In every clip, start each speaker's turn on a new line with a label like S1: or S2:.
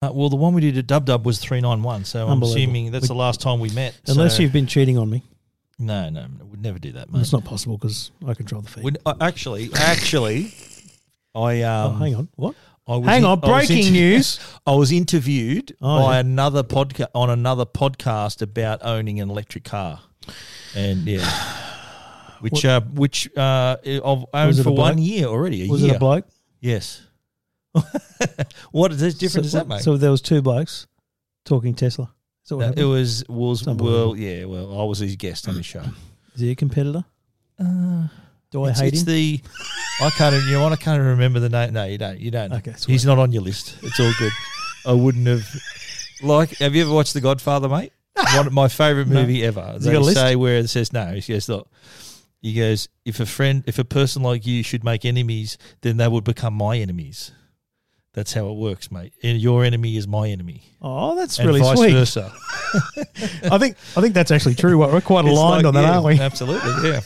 S1: Uh, well, the one we did at Dub Dub was 391, so I'm
S2: Unbelievable.
S1: assuming that's
S2: We-
S1: the last time we met.
S2: Unless
S1: so-
S2: you've been cheating on me,
S1: No, no, no, we'd never do that,
S2: Well,
S1: mate.
S2: it's not possible because I control the feed.
S1: We'd- uh, actually, actually, I.
S2: oh,
S1: Um,
S2: hang on, what?
S1: I was
S2: Hang on,
S1: I oh, was
S2: breaking
S1: inter-
S2: news.
S1: I was interviewed
S2: Oh,
S1: by
S2: yeah.
S1: another podcast on another podcast about owning an electric car, and yeah, which uh, which uh, I've owned
S2: it a
S1: for one
S2: bloke?
S1: year already. A
S2: Was
S1: year.
S2: it a bloke?
S1: Yes. what is this difference
S2: so,
S1: does that make?
S2: So there was two blokes talking Tesla. Is that what
S1: Uh, it
S2: happened?
S1: was was
S2: unbelievable.
S1: well, yeah, well, I was his guest on his show.
S2: Is he a competitor?
S1: Uh,
S2: Do I
S1: it's,
S2: hate
S1: it's
S2: him?
S1: the I can't even- you know what I can't even remember the name. No, you don't. You don't.
S2: Okay,
S1: he's not on your list. It's all good. I wouldn't have like. Have you ever watched The Godfather, mate? One of my favorite
S2: No.
S1: movie ever.
S2: Has he
S1: They
S2: got a list?
S1: say where it says no. He goes look. He goes if a friend, if a person like you should make enemies, then they would become my enemies. That's how it works, mate. And your enemy is my enemy,
S2: Oh, that's
S1: and
S2: really
S1: vice
S2: sweet.
S1: versa.
S2: I think I think that's actually true. We're quite
S1: It's
S2: aligned
S1: like-
S2: on that,
S1: yeah,
S2: aren't we?
S1: Absolutely, yeah.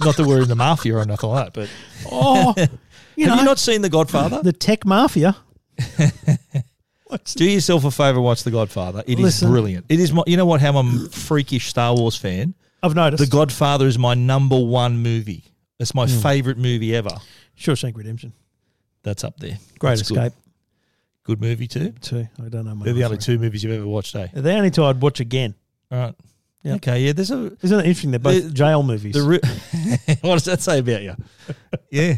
S1: not that we're in the mafia or nothing like that, but
S2: Oh, you
S1: have
S2: know,
S1: you not seen The Godfather?
S2: the tech mafia. What's
S1: Do yourself a favor, watch The Godfather. It is
S2: Listen.
S1: brilliant. It is my, you know what? How I'm a freakish Star Wars fan.
S2: I've noticed
S1: The Godfather is my number one movie. It's my
S2: Hmm.
S1: favorite movie ever.
S2: Shawshank Redemption,
S1: That's up there.
S2: Great
S1: That's
S2: Escape
S1: Good, good movie too.
S2: too. I don't know. my
S1: They're the
S2: other
S1: only
S2: three.
S1: two movies you've ever watched, eh?
S2: They're the only two I'd watch again.
S1: All right.
S2: Yeah.
S1: Okay. Yeah. There's a
S2: Isn't it interesting? They're both
S1: The-
S2: jail movies.
S1: the. Re- what does that say about you? Yeah.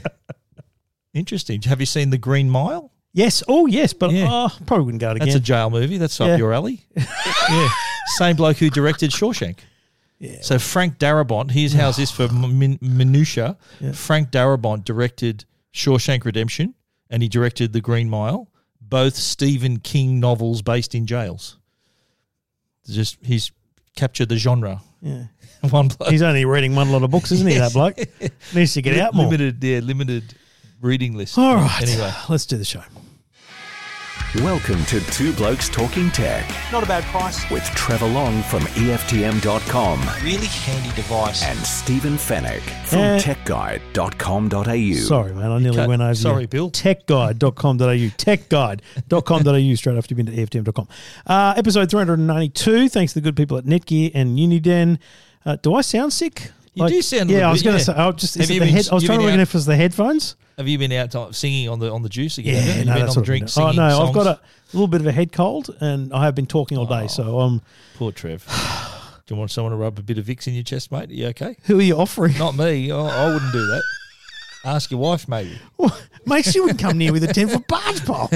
S1: Interesting. Have you seen The Green Mile?
S2: yes. Oh, yes. But
S1: Yeah.
S2: oh, probably wouldn't go out
S1: That's
S2: again.
S1: a jail movie. That's
S2: Yeah.
S1: up your alley. yeah. Same bloke who directed Shawshank.
S2: yeah.
S1: So Frank Darabont, here's how's this for min- minutia.
S2: Yeah.
S1: Frank Darabont directed Shawshank Redemption and he directed The Green Mile, both Stephen King novels based in jails. Just he's captured the genre.
S2: yeah.
S1: One bloke.
S2: He's only reading one lot of books, isn't he? That bloke needs to get out more.
S1: limited, yeah, limited reading list.
S2: All right.
S1: Anyway.
S2: let's do the show.
S3: Welcome to Two Blokes Talking Tech
S4: Not a bad price.
S3: with Trevor Long from E EFTM.com
S4: Really handy device.
S3: and Stephen Fennec from
S2: Eh.
S3: techguide.com.au.
S2: Sorry, man. I nearly
S1: cut-
S2: went over.
S1: sorry,
S2: you.
S1: Bill.
S2: Techguide.com.au. Techguide.com.au. Straight after you've been to EFTM.com. Uh, episode 392. Thanks to the good people at Netgear and Uniden. Uh, do I sound sick?
S1: You do sound a
S2: Yeah,
S1: little
S2: I was
S1: bit,
S2: going to
S1: yeah.
S2: say. I was just.
S1: Have
S2: Is it
S1: you
S2: the
S1: been-
S2: head, I was
S1: you
S2: trying to
S1: been
S2: reckon
S1: out-
S2: if it was the headphones.
S1: Have you been out to- singing on the on the juice again?
S2: Yeah,
S1: Have you
S2: no,
S1: been
S2: that's
S1: on
S2: what
S1: the drink
S2: I've been
S1: singing
S2: doing. Oh no,
S1: songs? Oh.
S2: I've got a little bit of a head cold, and I have been talking all day. So um,
S1: Poor Trev. Do you want someone to rub a bit of Vicks in your chest, mate? Are you okay?
S2: who are you offering?
S1: Not me. I, I wouldn't do that. Ask your wife, maybe.
S2: Mate, she wouldn't come near with a ten foot barge pole.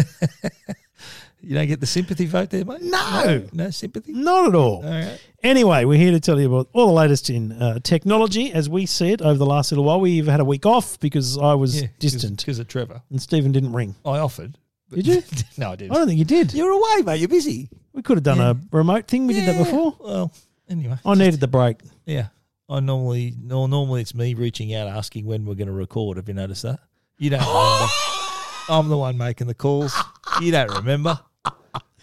S1: You don't get the sympathy vote there, mate?
S2: No. Mm.
S1: No sympathy?
S2: Not at all.
S1: All right.
S2: Anyway, we're here to tell you about all the latest in uh, technology as we see it over the last little while. We even had a week off because I was distant
S1: Because of Trevor.
S2: and Stephen didn't ring.
S1: I offered. but-
S2: Did you? Oh,
S1: no, I
S2: I
S1: didn't.
S2: don't think you did.
S1: You're away, mate. You're busy.
S2: We could have done a remote thing. We did that
S1: Yeah.
S2: before.
S1: Well, anyway.
S2: I needed the break.
S1: Yeah. I normally, no, normally it's me reaching out asking when we're going to record. Have you noticed that? You don't remember. I'm the one making the calls. You don't remember.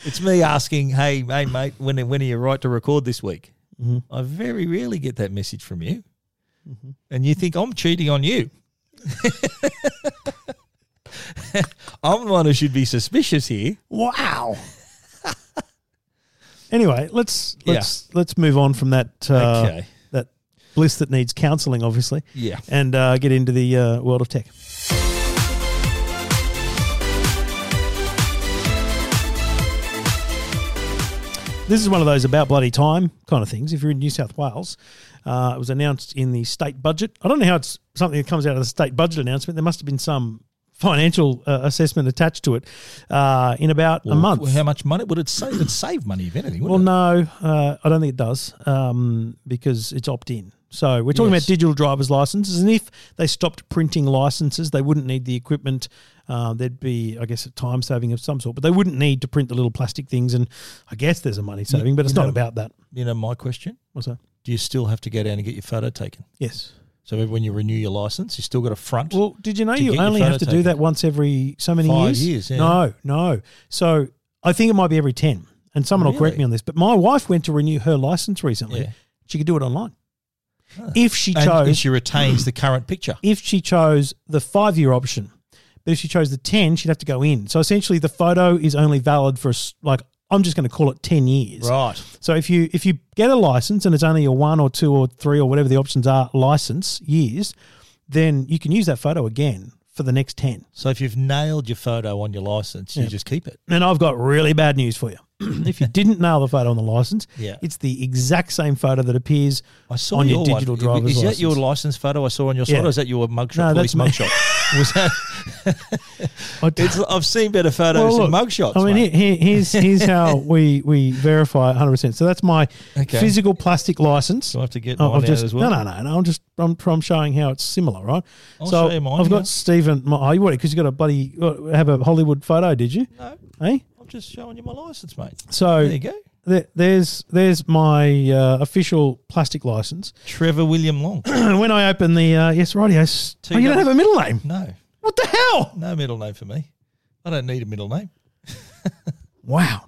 S1: It's me asking, hey, hey, mate, when, when are you right to record this week?
S2: Mm-hmm.
S1: I very rarely get that message from you. And you think I'm cheating on you. I'm the one who should be suspicious here.
S2: Wow. anyway, let's let's let's move on from that uh,
S1: Okay.
S2: that bliss that needs counselling, obviously,
S1: Yeah.
S2: and uh, get into the uh, world of tech. This is one of those about bloody time kind of things. If you're in New South Wales, uh, it was announced in the state budget. I don't know how it's something that comes out of the state budget announcement. There must have been some financial uh, assessment attached to it uh, in about a month.
S1: How much money would it save? It'd save money, if anything.
S2: Well,
S1: Wouldn't
S2: no, uh, I don't think it does um, because it's opt in. So we're talking
S1: Yes.
S2: about digital driver's licenses, and if they stopped printing licenses, they wouldn't need the equipment. Uh, there'd be, I guess, a time saving of some sort, but they wouldn't need to print the little plastic things. And I guess there's a money saving, but it's
S1: you
S2: not
S1: know-
S2: about that.
S1: it? You know, my question
S2: What's that?
S1: do you still have to go down and get your photo taken?
S2: Yes.
S1: So when you renew your license, you still got a front.
S2: Well, did you know
S1: To
S2: you
S1: get your
S2: only
S1: photo
S2: have to do
S1: taken.
S2: that once every so many
S1: Five
S2: years?
S1: years, yeah.
S2: No, no. So I think it might be every ten, and someone will correct
S1: Really?
S2: me on this. But my wife went to renew her license recently.
S1: Yeah.
S2: She could do it online.
S1: Ah.
S2: If she
S1: and
S2: chose,
S1: she retains the current picture.
S2: if she chose the five year option But if she chose the 10, she'd have to go in. So essentially, the photo is only valid for, s- like, I'm just going to call it 10 years.
S1: Right.
S2: So if you if you get a license and it's only a one or two or three or whatever the options are license years, then you can use that photo again for the next ten.
S1: So if you've nailed your photo on your license, you just keep it.
S2: And I've got really bad news for you. if you didn't nail the photo on the license,
S1: Yeah.
S2: it's the exact same photo that appears
S1: I saw
S2: on your, digital
S1: one.
S2: driver's
S1: Is that
S2: license.
S1: your license photo I saw on your side,
S2: Yeah.
S1: or is that your mugshot?
S2: No, that's
S1: police
S2: me.
S1: mugshot. Was that?
S2: I don't-
S1: It's, I've seen better photos
S2: Well,
S1: than
S2: look,
S1: mugshots.
S2: I mean,
S1: mate.
S2: here- here- here's here's how we we verify 100. percent So that's my
S1: Okay.
S2: physical plastic license.
S1: Do I have to get
S2: Oh,
S1: mine
S2: I've
S1: out
S2: just
S1: as well?
S2: no, no, no, no. I'm just I'm, I'm showing how it's similar, right?
S1: I'll
S2: so
S1: show you mine,
S2: I've
S1: yeah.
S2: got Stephen. My, oh, you what? Because you got a bloody uh, have a Hollywood photo, did you?
S1: No,
S2: Eh?
S1: I'm just showing you my license, mate.
S2: So
S1: There you go.
S2: there- there's there's my uh, official plastic license.
S1: Trevor William Long.
S2: when I open the uh, yes, radio. s-
S1: Two
S2: Oh, you don't
S1: double-
S2: have a middle name.
S1: No,
S2: What the hell?
S1: no middle name for me. I don't need a middle name.
S2: Wow.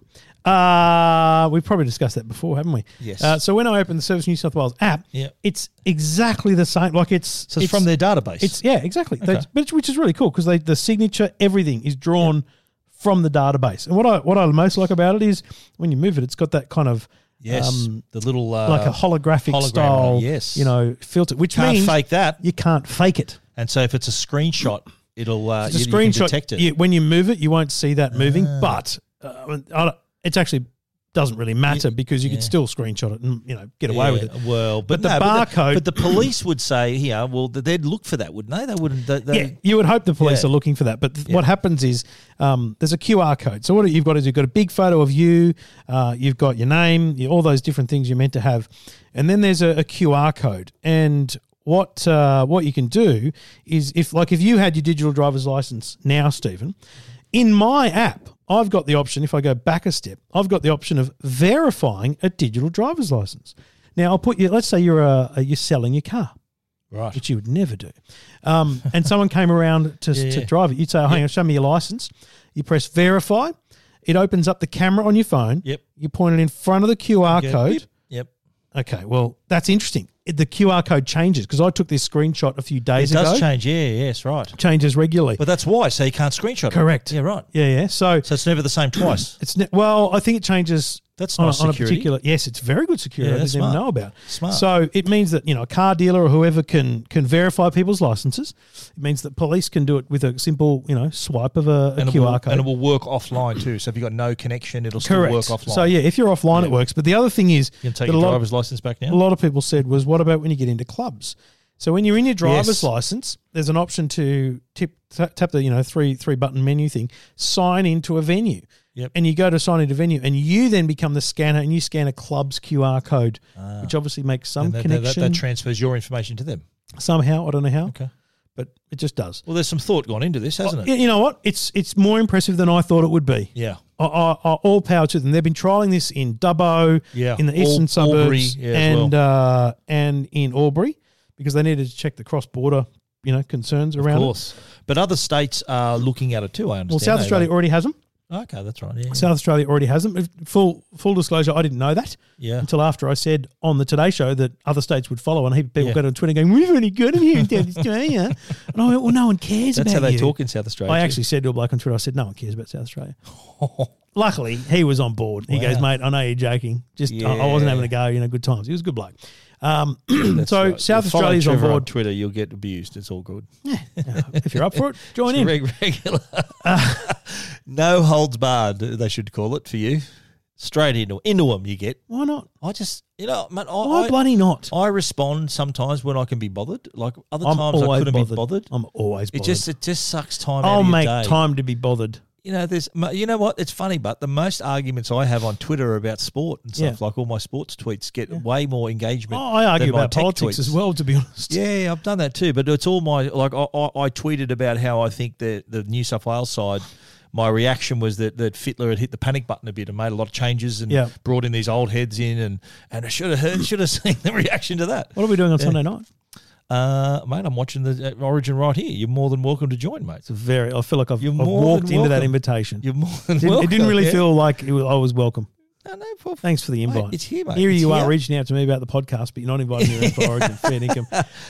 S2: Uh, we probably discussed that before, haven't we?
S1: Yes.
S2: Uh, so when I open the Service New South Wales app,
S1: Yep.
S2: it's exactly the same. Like it's
S1: So it's, from their database.
S2: It's yeah, exactly. They-
S1: Okay.
S2: which, which is really cool because the signature, everything is drawn from the database. And what I what I most like about it is when you move it, it's got that kind of
S1: yes,
S2: um,
S1: the little uh,
S2: like a holographic
S1: hologram,
S2: style,
S1: yes.
S2: you know, filter, which
S1: Can't
S2: means
S1: fake that.
S2: you can't fake it.
S1: And so if it's a screenshot, it'll uh,
S2: It's a
S1: you, you can
S2: screenshot.
S1: detect it. Ah.
S2: you- when you move it, you won't see that moving, but uh, I mean, I don't- it's actually doesn't really matter because you can still screenshot it and you know get away with it.
S1: Yeah, Well, but,
S2: But
S1: no,
S2: the
S1: but
S2: barcode-
S1: But the, police would say, "Yeah, well, th- they'd look for that, wouldn't they? They wouldn't. They, they,
S2: yeah, you would hope the police
S1: Yeah.
S2: are looking for that. But th- what happens is um, there's a QR code. So what you've got is you've got a big photo of you, uh, you've got your name, you, all those different things you're meant to have, and then there's a, a QR code. And what uh, what you can do is if like if you had your digital driver's license now, Stephen, in my app. I've got the option, if I go back a step, I've got the option of verifying a digital driver's license. Now, I'll put you, let's say you're, a, a, you're selling your car
S1: Right.
S2: which you would never do. Um, and someone came around to,
S1: Yeah,
S2: to
S1: yeah.
S2: drive it. You'd say, oh, hang on, show me your license. You press verify. It opens up the camera on your phone.
S1: Yep.
S2: You point it in front of the QR
S1: Yeah,
S2: code.
S1: Yep. yep.
S2: Okay, well, that's interesting. It- The QR code changes because I took this screenshot a few
S1: It
S2: days ago.
S1: does change. Yeah. Yes. Right.
S2: Changes regularly.
S1: But that's why. So you can't screenshot.
S2: Correct.
S1: It. Yeah. Right.
S2: yeah, yeah. So,
S1: So it's never the same twice.
S2: it's ne- well, I think it changes.
S1: That's
S2: on,
S1: nice
S2: a, on a
S1: security.
S2: particular. Yes, it's very good security.
S1: Yeah,
S2: I didn't
S1: that's
S2: even
S1: smart.
S2: know about.
S1: Smart.
S2: So it means that you know a car dealer or whoever can can verify people's licenses. It means that police can do it with a simple you know swipe of a, a
S1: and it
S2: QR
S1: will,
S2: code.
S1: and it will work offline too. So if you've got no connection, it'll still
S2: Correct.
S1: work offline.
S2: So yeah, if you're offline, it works. But the other thing is
S1: You can take
S2: that
S1: your
S2: a lot,
S1: driver's license back
S2: a
S1: now.
S2: lot of people said was, what about when you get into clubs? So when you're in your driver's
S1: Yes.
S2: license, there's an option to tip, ta- tap the you know three three button menu thing, sign into a venue,
S1: Yep.
S2: and you go to sign into venue, and you then become the scanner, and you scan a club's QR code, which obviously makes
S1: Ah.
S2: some
S1: And that, that, that,
S2: connection
S1: that transfers your information to them.
S2: somehow. I don't know how,
S1: Okay.
S2: but it just does.
S1: Well, there's some thought gone into this, hasn't
S2: You
S1: it?
S2: you know what? It's it's more impressive than I thought it would be.
S1: Yeah.
S2: are, are, are all power to them. They've been trialing this in Dubbo,
S1: Yeah,
S2: in the
S1: Al-
S2: eastern
S1: Albury,
S2: suburbs,
S1: yeah, as
S2: and uh, and in Albury because they needed to check the cross border, you know, concerns
S1: Of
S2: around. it.
S1: course. But other states are looking at it too. I understand.
S2: Well, South
S1: They-
S2: Australia already has them.
S1: Okay, that's right. Yeah.
S2: South Australia already has them. If- Full full disclosure, I didn't know that
S1: Yeah.
S2: until after I said on the Today Show that other states would follow, and a heap of people
S1: Yeah.
S2: got on Twitter going, "We've already got them here in South Australia," and I went, "Well, no one cares
S1: That's how
S2: about
S1: they
S2: you."
S1: talk in South Australia.
S2: I
S1: too.
S2: actually said to a bloke on Twitter, I said, no one cares about South Australia. Luckily, he was on board. He
S1: Wow.
S2: goes, mate, I know you're joking. Just I, I wasn't having a go. You know, good times. He was a good bloke. Um,
S1: That's
S2: so
S1: right.
S2: South
S1: You follow
S2: Australia's on
S1: Trevor
S2: board.
S1: Twitter, you'll get abused. It's all good.
S2: if you're up for it, join in.
S1: Reg- regular. no holds barred, they should call it for you. Straight into into 'em you get.
S2: Why not?
S1: I just, you know, mate, I,
S2: Why
S1: I,
S2: bloody not?
S1: I respond sometimes when I can be bothered. Like other
S2: I'm
S1: times I
S2: always
S1: couldn't
S2: bothered.
S1: be bothered.
S2: I'm always
S1: It
S2: bothered.
S1: just it just sucks time out
S2: I'll
S1: of your
S2: make
S1: day.
S2: time to be bothered.
S1: You know, there's mo- you know what? It's funny, but the most arguments I have on Twitter are about sport and stuff. Like all my sports tweets get way more engagement.
S2: Oh, I argue
S1: than my
S2: about
S1: tech
S2: politics
S1: tweets.
S2: as well, to be honest.
S1: Yeah, I've done that too. But it's all my like I, I, I tweeted about how I think the the New South Wales side. My reaction was that that Fitler had hit the panic button a bit and made a lot of changes and
S2: Yeah.
S1: brought in these old heads in and and I should have heard, should have seen the reaction to that.
S2: What are we doing on Sunday night?
S1: Uh, mate, I'm watching the uh, Origin right here. You're more than welcome to join, mate.
S2: It's very. I feel like I've,
S1: You're
S2: I've
S1: more
S2: walked
S1: than
S2: into that
S1: welcome.
S2: invitation.
S1: You're more than
S2: Didn't-
S1: welcome.
S2: it didn't really
S1: yeah.
S2: feel like it was, I was welcome.
S1: No, No, no problem.
S2: Thanks for the
S1: Mate,
S2: invite.
S1: it's here, mate.
S2: Here
S1: It's
S2: you are
S1: here.
S2: reaching out to me about the podcast, but you're not inviting me around for Origin Fair Dinkum.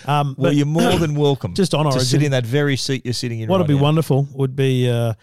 S2: Um,
S1: Well,
S2: but
S1: you're more than welcome.
S2: Just on
S1: to
S2: Origin.
S1: sit in that very seat you're sitting in.
S2: what would
S1: right
S2: be
S1: now.
S2: wonderful would be uh,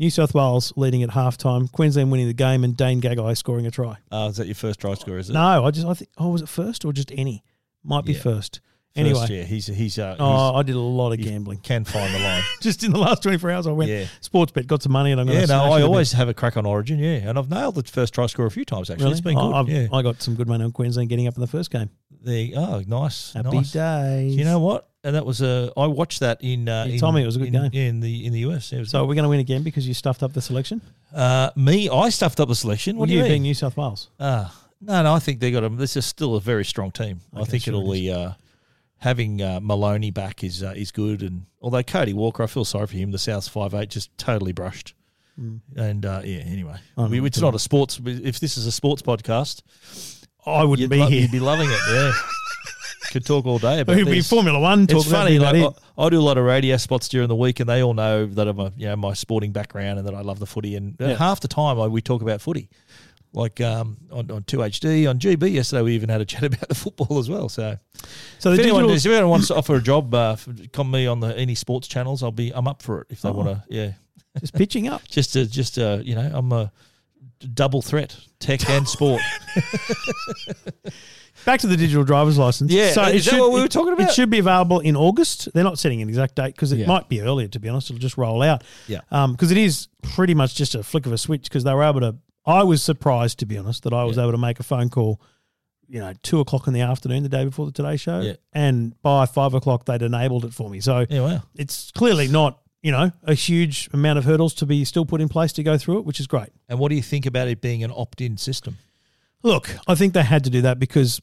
S2: New South Wales leading at halftime, Queensland winning the game, and Dane Gagai scoring a try.
S1: Uh, is that your first try score? Is it?
S2: No, I just I think oh was it first or just any? Might be
S1: Yeah.
S2: first.
S1: First,
S2: anyway,
S1: yeah, he's he's, uh,
S2: oh I did a lot of
S1: he's,
S2: gambling.
S1: he can find the line.
S2: Just in the last twenty four hours, I went
S1: Yeah.
S2: sports bet, got some money, and I'm going
S1: yeah,
S2: to.
S1: no, I always have a crack on Origin. Yeah, and I've nailed the first try score a few times actually. It's been good.
S2: I, Oh, I've-
S1: yeah,
S2: I got some good money on Queensland getting up in the first game.
S1: the, oh, nice,
S2: Happy
S1: nice.
S2: days.
S1: You know what? And that was uh, I watched that in. Uh,
S2: You
S1: in-
S2: told me it was a good
S1: in,
S2: game.
S1: Yeah, in the in the US. It was
S2: So we're going to win again because you stuffed up the selection.
S1: uh, me, I stuffed up the selection. What do you mean?
S2: being New South Wales?
S1: Uh, no, no, I think they got them. This is still a very strong team. I
S2: Okay,
S1: think
S2: sure
S1: it'll
S2: it
S1: be uh, having uh, Maloney back is uh, is good. And although Cody Walker, I feel sorry for him. The South's five eight just totally brushed. And uh, yeah, anyway,
S2: Hmm. I
S1: we,
S2: know,
S1: it's not a sports. If this is a sports podcast,
S2: I wouldn't
S1: you'd,
S2: be
S1: lo-
S2: here.
S1: you'd be loving it. Yeah, could talk all day about.
S2: It'd be
S1: this.
S2: Formula One. Talk
S1: It's funny.
S2: About
S1: Like,
S2: it.
S1: I, I do a lot of radio spots during the week, and they all know that I'm a you know my sporting background and that I love the footy. And uh,
S2: Yeah.
S1: half the time, I, we talk about footy, like um, on on two HD on GB yesterday. We even had a chat about the football as well. So
S2: So the
S1: if anyone,
S2: digital,
S1: does, if anyone wants to offer a job, uh, f- come me on the any sports channels. I'll be I'm up for it if they
S2: Oh.
S1: want to. Yeah,
S2: just pitching up.
S1: just to just uh, you know I'm a double threat tech and sport.
S2: Back to the digital driver's license.
S1: Yeah, is that what we were talking
S2: It
S1: about?
S2: should be available in August. They're not setting an exact date because it
S1: Yeah.
S2: might be earlier. To be honest, it'll just roll out.
S1: Yeah.
S2: Because it is pretty much just a flick of a switch. Because they were able to. I was surprised, to be honest, that I was able to make a phone call. You know, two o'clock in the afternoon, the day before the Today Show,
S1: Yeah.
S2: and by five o'clock they'd enabled it for me. So
S1: yeah, wow.
S2: it's clearly not, you know, a huge amount of hurdles to be still put in place to go through it, which is great.
S1: And what do you think about it being an opt-in system?
S2: Look, I think they had to do that because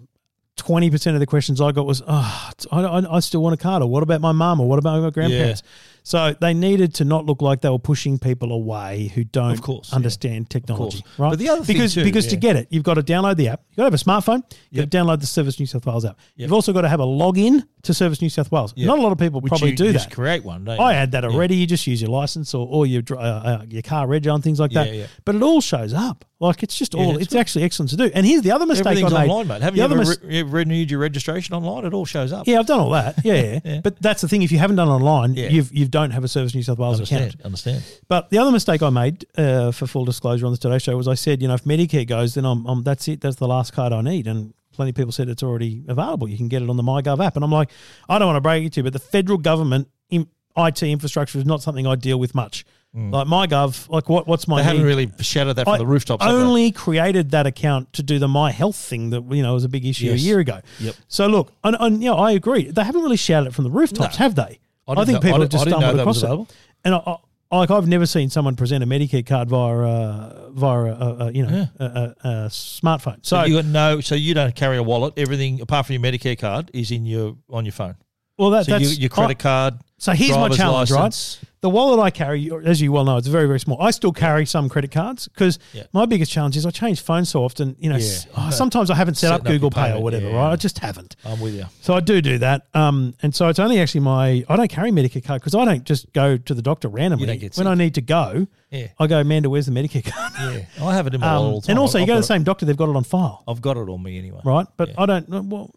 S2: twenty percent of the questions I got was, oh, it's- I, I, I still want a card, or what about my mum, or what about my grandparents? So they needed to not look like they were pushing people away who don't
S1: Of course, yeah.
S2: understand technology,
S1: course.
S2: right?
S1: But the other thing
S2: because
S1: too,
S2: because to
S1: yeah.
S2: get it, you've got to download the app. You've got to have a smartphone. You've
S1: Yep.
S2: got to download the Service New South Wales app.
S1: Yep.
S2: You've also got to have a login to Service New South Wales.
S1: Yep.
S2: Not a lot of people
S1: Would
S2: probably
S1: you
S2: do
S1: just
S2: that.
S1: create one? Don't
S2: I
S1: you?
S2: had that
S1: Yeah.
S2: already. You just use your license or, or your dr- uh, uh, your car reg on things like
S1: Yeah,
S2: that.
S1: yeah.
S2: But it all shows up. Like it's just all.
S1: that's
S2: It's actually excellent to do. And here's the other mistake I made.
S1: Everything's online, mate. Haven't
S2: The
S1: you
S2: other
S1: ever
S2: mis-
S1: re- renewed your registration online? It all shows up.
S2: yeah, I've done all that. Yeah, yeah.
S1: Yeah.
S2: But that's the thing. If you haven't done it online,
S1: Yeah.
S2: you've you don't have a Service New South Wales
S1: understand.
S2: account.
S1: Understand.
S2: But the other mistake I made, uh, for full disclosure on the Today Show, was I said, you know, if Medicare goes, then I'm, I'm that's it. That's the last card I need. And plenty of people said it's already available. You can get it on the MyGov app. And I'm like, I don't want to break it to you, but the federal government in IT infrastructure is not something I deal with much. Like MyGov, like what what's my
S1: Mm. They haven't
S2: need?
S1: really shouted that from
S2: I
S1: the rooftops. have they?
S2: Only created that account to do the My Health thing that you know was a big issue a
S1: Yes.
S2: year ago.
S1: Yep.
S2: So look, and, and you know, I agree. They haven't really shouted it from the rooftops,
S1: No.
S2: have they?
S1: I
S2: I,
S1: didn't
S2: think
S1: know- I
S2: people have
S1: didn't-
S2: just
S1: I didn't know
S2: stumbled
S1: that was
S2: across it.
S1: available.
S2: And I, I, like I've never seen someone present a Medicare card via uh, via a, a, you know a, a, a smartphone. So
S1: So you got no. So you don't carry a wallet. Everything apart from your Medicare card is in your on your phone.
S2: well, that,
S1: So you,
S2: that's
S1: your credit
S2: I-
S1: card.
S2: So here's my
S1: driver's
S2: challenge,
S1: license.
S2: right? The wallet I carry, as you well know, it's very, very small. I still carry some credit cards because
S1: Yeah.
S2: my biggest challenge is I change phones so often. You know, s- oh, sometimes I haven't set
S1: Setting
S2: up
S1: up your
S2: Google Pay or
S1: payment,
S2: whatever,
S1: yeah.
S2: right? I just haven't.
S1: I'm with you.
S2: So I do do that. Um, and so it's only actually my I don't carry Medicare card because I don't just go to the doctor randomly.
S1: don't get
S2: when I need to go,
S1: Yeah.
S2: I go, Amanda, where's the Medicare card?
S1: Yeah, I have it in my wallet
S2: Um,
S1: all the time.
S2: and also,
S1: I've
S2: you go
S1: got
S2: to the
S1: it-
S2: same doctor; they've got it on file,
S1: I've got it on me anyway.
S2: right? But
S1: Yeah.
S2: I don't. Well,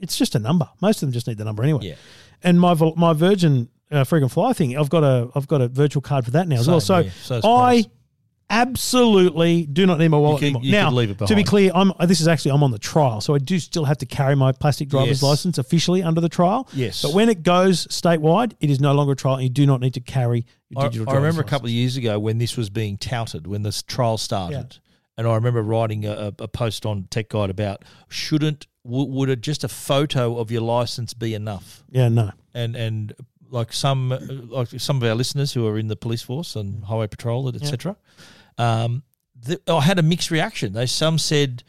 S2: it's just a number. Most of them just need the number anyway.
S1: Yeah.
S2: And my vol- my Virgin uh, frequent fly thing, I've got a I've got a virtual card for that now as
S1: Same
S2: well. So,
S1: here. So it's
S2: I
S1: nice.
S2: absolutely do not need my wallet
S1: You could-
S2: anymore.
S1: you
S2: now,
S1: could leave it
S2: to be
S1: behind.
S2: clear, I'm this is actually I'm on the trial, so I do still have to carry my plastic
S1: Yes.
S2: driver's license officially under the trial.
S1: Yes.
S2: but when it goes statewide, it is no longer a trial, and you do not need to carry your
S1: I,
S2: digital.
S1: I
S2: driver's
S1: remember a
S2: license.
S1: couple of years ago when this was being touted, when this trial started, and I remember writing a, a a post on Tech Guide about shouldn't w- would it just a photo of your license be enough?
S2: Yeah, no.
S1: and and like some like some of our listeners who are in the police force
S2: Mm.
S1: and highway patrol and etc. Um, th- I had a mixed reaction. They some said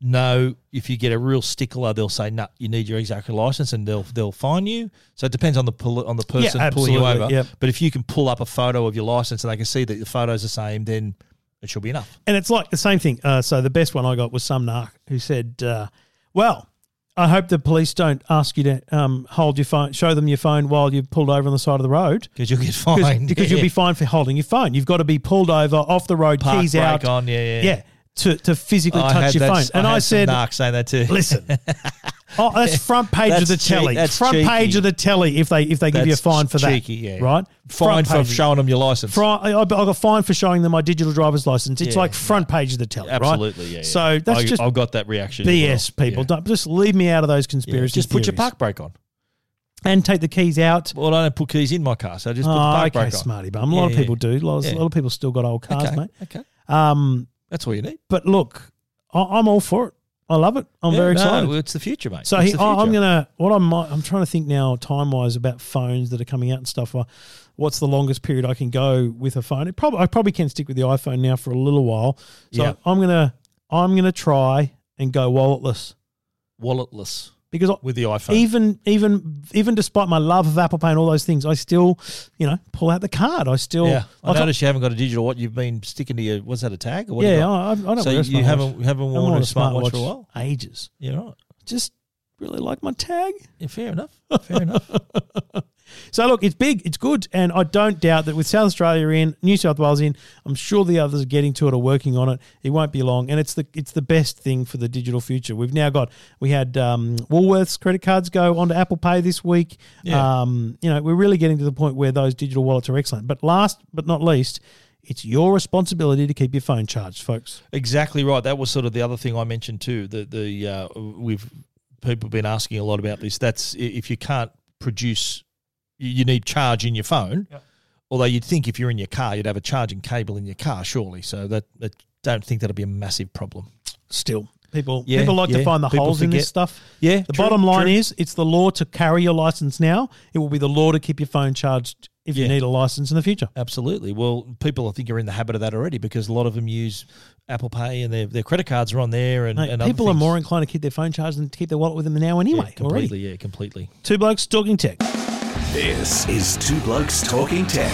S1: no. If you get a real stickler, they'll say no. you need your exact license, and they'll they'll fine you. So it depends on the poli- on the person pulling you
S2: absolutely,
S1: over.
S2: yep.
S1: But if you can pull up a photo of your license and they can see that the photo's the same, then it should be enough.
S2: And it's like the same thing. Uh, so the best one I got was some narc who said, uh, "Well, I hope the police don't ask you to um, hold your phone, show them your phone while you're pulled over on the side of the road,
S1: Because you'll get
S2: because
S1: fined
S2: because you'll be fined for holding your phone. You've got to be pulled over off the road,
S1: Park
S2: keys
S1: brake
S2: out.
S1: on. Yeah, yeah,
S2: Yeah. to, to physically
S1: I
S2: touch
S1: had
S2: your
S1: that-
S2: phone. And
S1: had
S2: I
S1: some
S2: said,
S1: narcs saying that too.
S2: listen, oh, that's front page of
S1: That's
S2: the
S1: cheek-
S2: telly.
S1: that's
S2: front page
S1: cheeky.
S2: of the telly if they if they give you a
S1: That's
S2: fine for
S1: cheeky,
S2: that.
S1: yeah.
S2: Right?
S1: Fine
S2: Front
S1: for
S2: page.
S1: showing them your license.
S2: Fri- I I got fined for showing them my digital driver's license. It's
S1: Yeah,
S2: like front page of the telly, right?
S1: Absolutely, yeah, yeah.
S2: So that's
S1: I,
S2: just
S1: I've got that reaction. as
S2: BS,
S1: well.
S2: people.
S1: Yeah.
S2: Don't, just leave me out of those
S1: Yeah,
S2: conspiracy
S1: Just put your
S2: theories.
S1: park brake on.
S2: and take the keys out.
S1: Well, I don't put keys in my car, so I just put the
S2: Oh,
S1: park
S2: okay,
S1: brake on.
S2: smarty bum. A lot
S1: Yeah,
S2: of
S1: yeah.
S2: people do. A lot,
S1: Yeah.
S2: a lot of people still got old cars,
S1: okay,
S2: mate.
S1: okay,
S2: Um,
S1: that's all you need.
S2: but look, I, I'm all for it. I love it. I'm
S1: Yeah,
S2: very
S1: no,
S2: excited.
S1: well, it's the future, mate.
S2: So
S1: It's
S2: he,
S1: the
S2: I, I'm
S1: future.
S2: gonna what I'm I'm trying to think now time wise about phones that are coming out and stuff. Uh, What's the longest period I can go with a phone? It probably I probably can stick with the iPhone now for a little while. So
S1: Yeah.
S2: I'm gonna I'm gonna try and go walletless
S1: walletless
S2: because I,
S1: with the iPhone.
S2: even even even despite my love of Apple Pay and all those things, I still you know pull out the card. I still
S1: yeah, I
S2: like, I-
S1: noticed you haven't got a digital. What you've been sticking to your was that a tag or what?
S2: yeah. I, I don't
S1: so
S2: wear a
S1: you
S2: smartwatch.
S1: haven't you haven't
S2: I
S1: worn
S2: haven't
S1: a smartwatch for a while.
S2: ages.
S1: You're right.
S2: Just really like my tag.
S1: Yeah, fair enough. Fair enough.
S2: So look, it's big, it's good, and I don't doubt that with South Australia in, New South Wales in, I'm sure the others are getting to it or working on it. It won't be long, and it's the it's the best thing for the digital future. We've now got we had um, Woolworths credit cards go onto Apple Pay this week.
S1: Yeah.
S2: Um, you know, we're really getting to the point where those digital wallets are excellent. But last but not least, it's your responsibility to keep your phone charged, folks.
S1: Exactly right. That was sort of the other thing I mentioned too. That the uh, we've people been asking a lot about this. That's i- if you can't produce, you you need charge in your phone. Although you'd think if you're in your car, you'd have a charging cable in your car, surely. So that, that don't think that'll be a massive problem.
S2: Still, people
S1: Yeah,
S2: people like to
S1: yeah.
S2: find the
S1: People
S2: holes in this
S1: forget.
S2: stuff.
S1: Yeah.
S2: The bottom line is, it's the law to carry your license now. It will be the law to keep your phone charged if you
S1: Yeah.
S2: need a license in the future.
S1: Absolutely. Well, people I think are in the habit of that already because a lot of them use Apple Pay and their, their credit cards are on there and,
S2: Mate,
S1: and other
S2: people are
S1: things.
S2: more inclined to keep their phone charged than to keep their wallet with them now
S1: yeah,
S2: anyway.
S1: completely.
S2: already,
S1: Yeah, completely.
S2: two blokes talking tech.
S3: This is Two Blokes Talking Tech.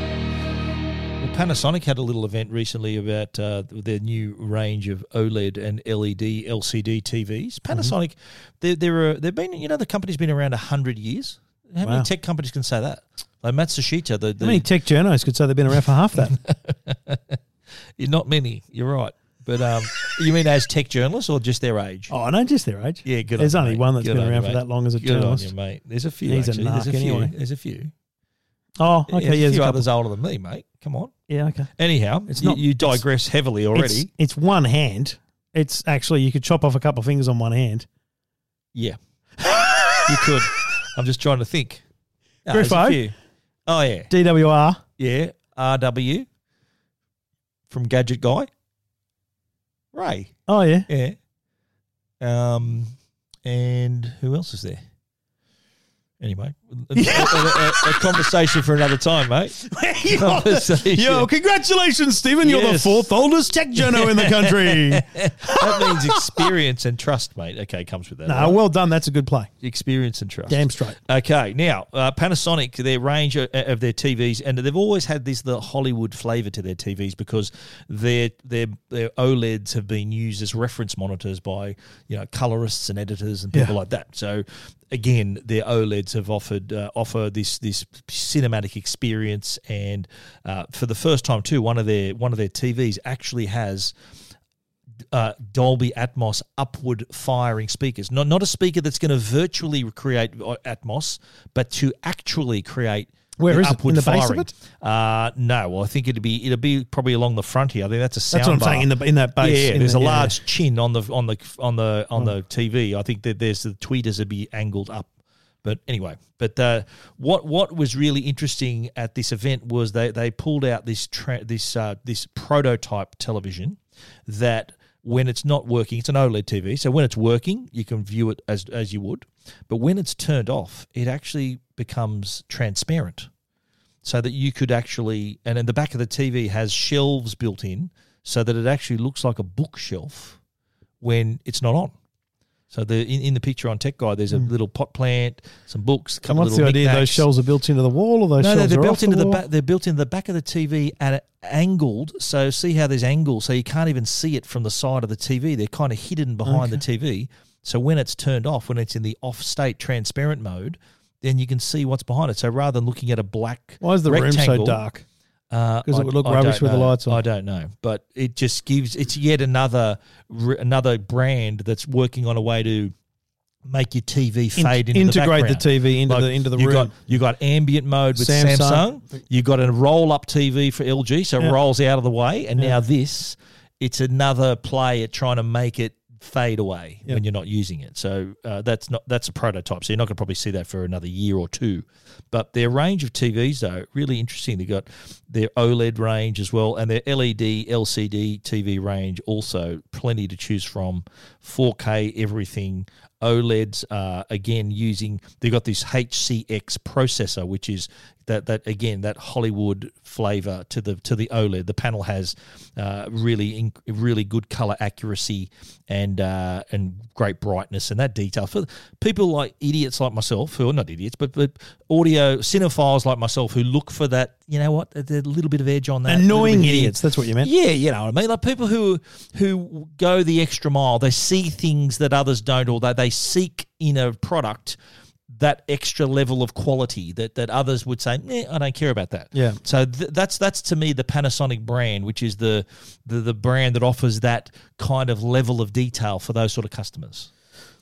S1: Well, Panasonic had a little event recently about uh, their new range of OLED and E LED LCD TVs.
S2: Mm-hmm.
S1: Panasonic, they're, they're a, they've been you know the company's been around hundred years. How
S2: Wow.
S1: many tech companies can say that? Like Matsushita, the, the
S2: How many tech journos could say they've been around for half that?
S1: not many. You're right, but um, you mean as tech journalists or just their age?
S2: oh, no, just their age.
S1: Yeah, good.
S2: There's
S1: on you,
S2: only
S1: mate.
S2: one that's
S1: Good
S2: been
S1: on you,
S2: around for
S1: mate.
S2: that long as a
S1: Good on
S2: journalist.
S1: you, mate. There's a few.
S2: He's a
S1: actually. There's a
S2: narc
S1: few.
S2: anyway.
S1: There's a few.
S2: Oh, okay, yeah,
S1: there's a
S2: there's
S1: few
S2: a couple.
S1: others older than me, mate. Come on.
S2: Yeah, okay.
S1: Anyhow,
S2: It's
S1: it's you,
S2: not-
S1: you
S2: it's-
S1: digress heavily already.
S2: It's, it's one hand. It's actually you could chop off a couple of fingers on one hand.
S1: Yeah. you could. I'm just trying to think. No, there's a
S2: Griffo?
S1: few. Oh, yeah.
S2: DWR.
S1: Yeah. RW from Gadget Guy. Ray.
S2: Oh yeah,
S1: Yeah. Um, and who else is there? Anyway, a, a- a- a- a conversation for another time, mate. Conversation.
S2: Yo, congratulations, Stephen. You're the
S1: Oh, Yes.
S2: fourth oldest tech journo in the country.
S1: That means experience and trust, mate. Okay, comes with that.
S2: no,
S1: right?
S2: well done. That's a good play.
S1: experience and trust.
S2: Damn straight.
S1: Okay, now uh, Panasonic, their range o- of their TVs, and they've always had this the Hollywood flavor to their TVs because their their their OLEDs have been used as reference monitors by you know colorists and editors and people
S2: Yeah.
S1: like that. So again, their OLEDs have offered uh, offer this this cinematic experience, and uh, for the first time too, one of their one of their TVs actually has uh, Dolby Atmos upward firing speakers. Not not a speaker that's going to virtually create uh, Atmos, but to actually create.
S2: Where
S1: the
S2: is it? In
S1: upward
S2: the base of
S1: firing.
S2: it?
S1: Uh, no, well, I think it'd be it'd be probably along the front here. I think that's a sound.
S2: That's what I'm
S1: bar.
S2: saying in the in that
S1: Yeah,
S2: base.
S1: yeah,
S2: in
S1: there's
S2: the- Hmm.
S1: a
S2: yeah,
S1: large chin on the on the on the on the TV. I think that there's the tweeters would be angled up. But anyway, but uh, what what was really interesting at this event was they they pulled out this tra- this uh, this prototype television that when it's not working, it's an OLED TV. So when it's working, you can view it as as you would, but when it's turned off, it actually becomes transparent so that you could actually and in the back of the TV has shelves built in so that it actually looks like a bookshelf when it's not on. So the in, in the picture on Tech Guy, there's a little pot plant, some books, a
S2: And
S1: couple
S2: what's
S1: little
S2: Hmm. the idea? Those
S1: knickknacks.
S2: shells are built into the wall, or those
S1: No,
S2: shells
S1: no, they're
S2: are
S1: built
S2: off
S1: into the,
S2: wall?
S1: back. They're built into the back of the TV and it- angled. So see how there's angles, so you can't even see it from the side of the TV. They're kind of hidden behind the TV. So when it's turned off, when it's in the off state transparent mode, then you can see what's behind it. So rather than looking at a black
S2: Why is the room so
S1: rectangle-
S2: dark?
S1: Because
S2: it would look rubbish with the lights on.
S1: Uh, I don't know, but it just gives it's yet another r- another brand that's working on a way to make your TV fade into
S2: integrate
S1: the,
S2: the TV into the- into the
S1: you
S2: room.
S1: Got, you got ambient mode with
S2: Samsung.
S1: Samsung. You got a roll up TV for LG, so it rolls out of the way, and now this it's another play at trying to make it fade away when you're not using it. So uh, that's not that's a prototype. So you're not going to probably see that for another year or two. But their range of TVs though really interesting. They have got their OLED range as well, and their E LED LCD TV range also plenty to choose from. 4K everything. OLEDs uh, again using they've got this HCX processor, which is that that again that Hollywood flavor to the to the OLED. The panel has uh, really in, really good color accuracy and uh, and great brightness and that detail for people like idiots like myself who are not idiots but but audio cinephiles like myself who look for that you know what a little bit of edge on that little
S2: Annoying
S1: bit of
S2: idiots. That's what you meant.
S1: yeah, you know what I mean. Like people who who go the extra mile, they see things that others don't, or they they seek in a product that extra level of quality that that others would say, "Eh, I don't care about that.
S2: Yeah.
S1: So th- that's that's to me the Panasonic brand, which is the, the the brand that offers that kind of level of detail for those sort of customers.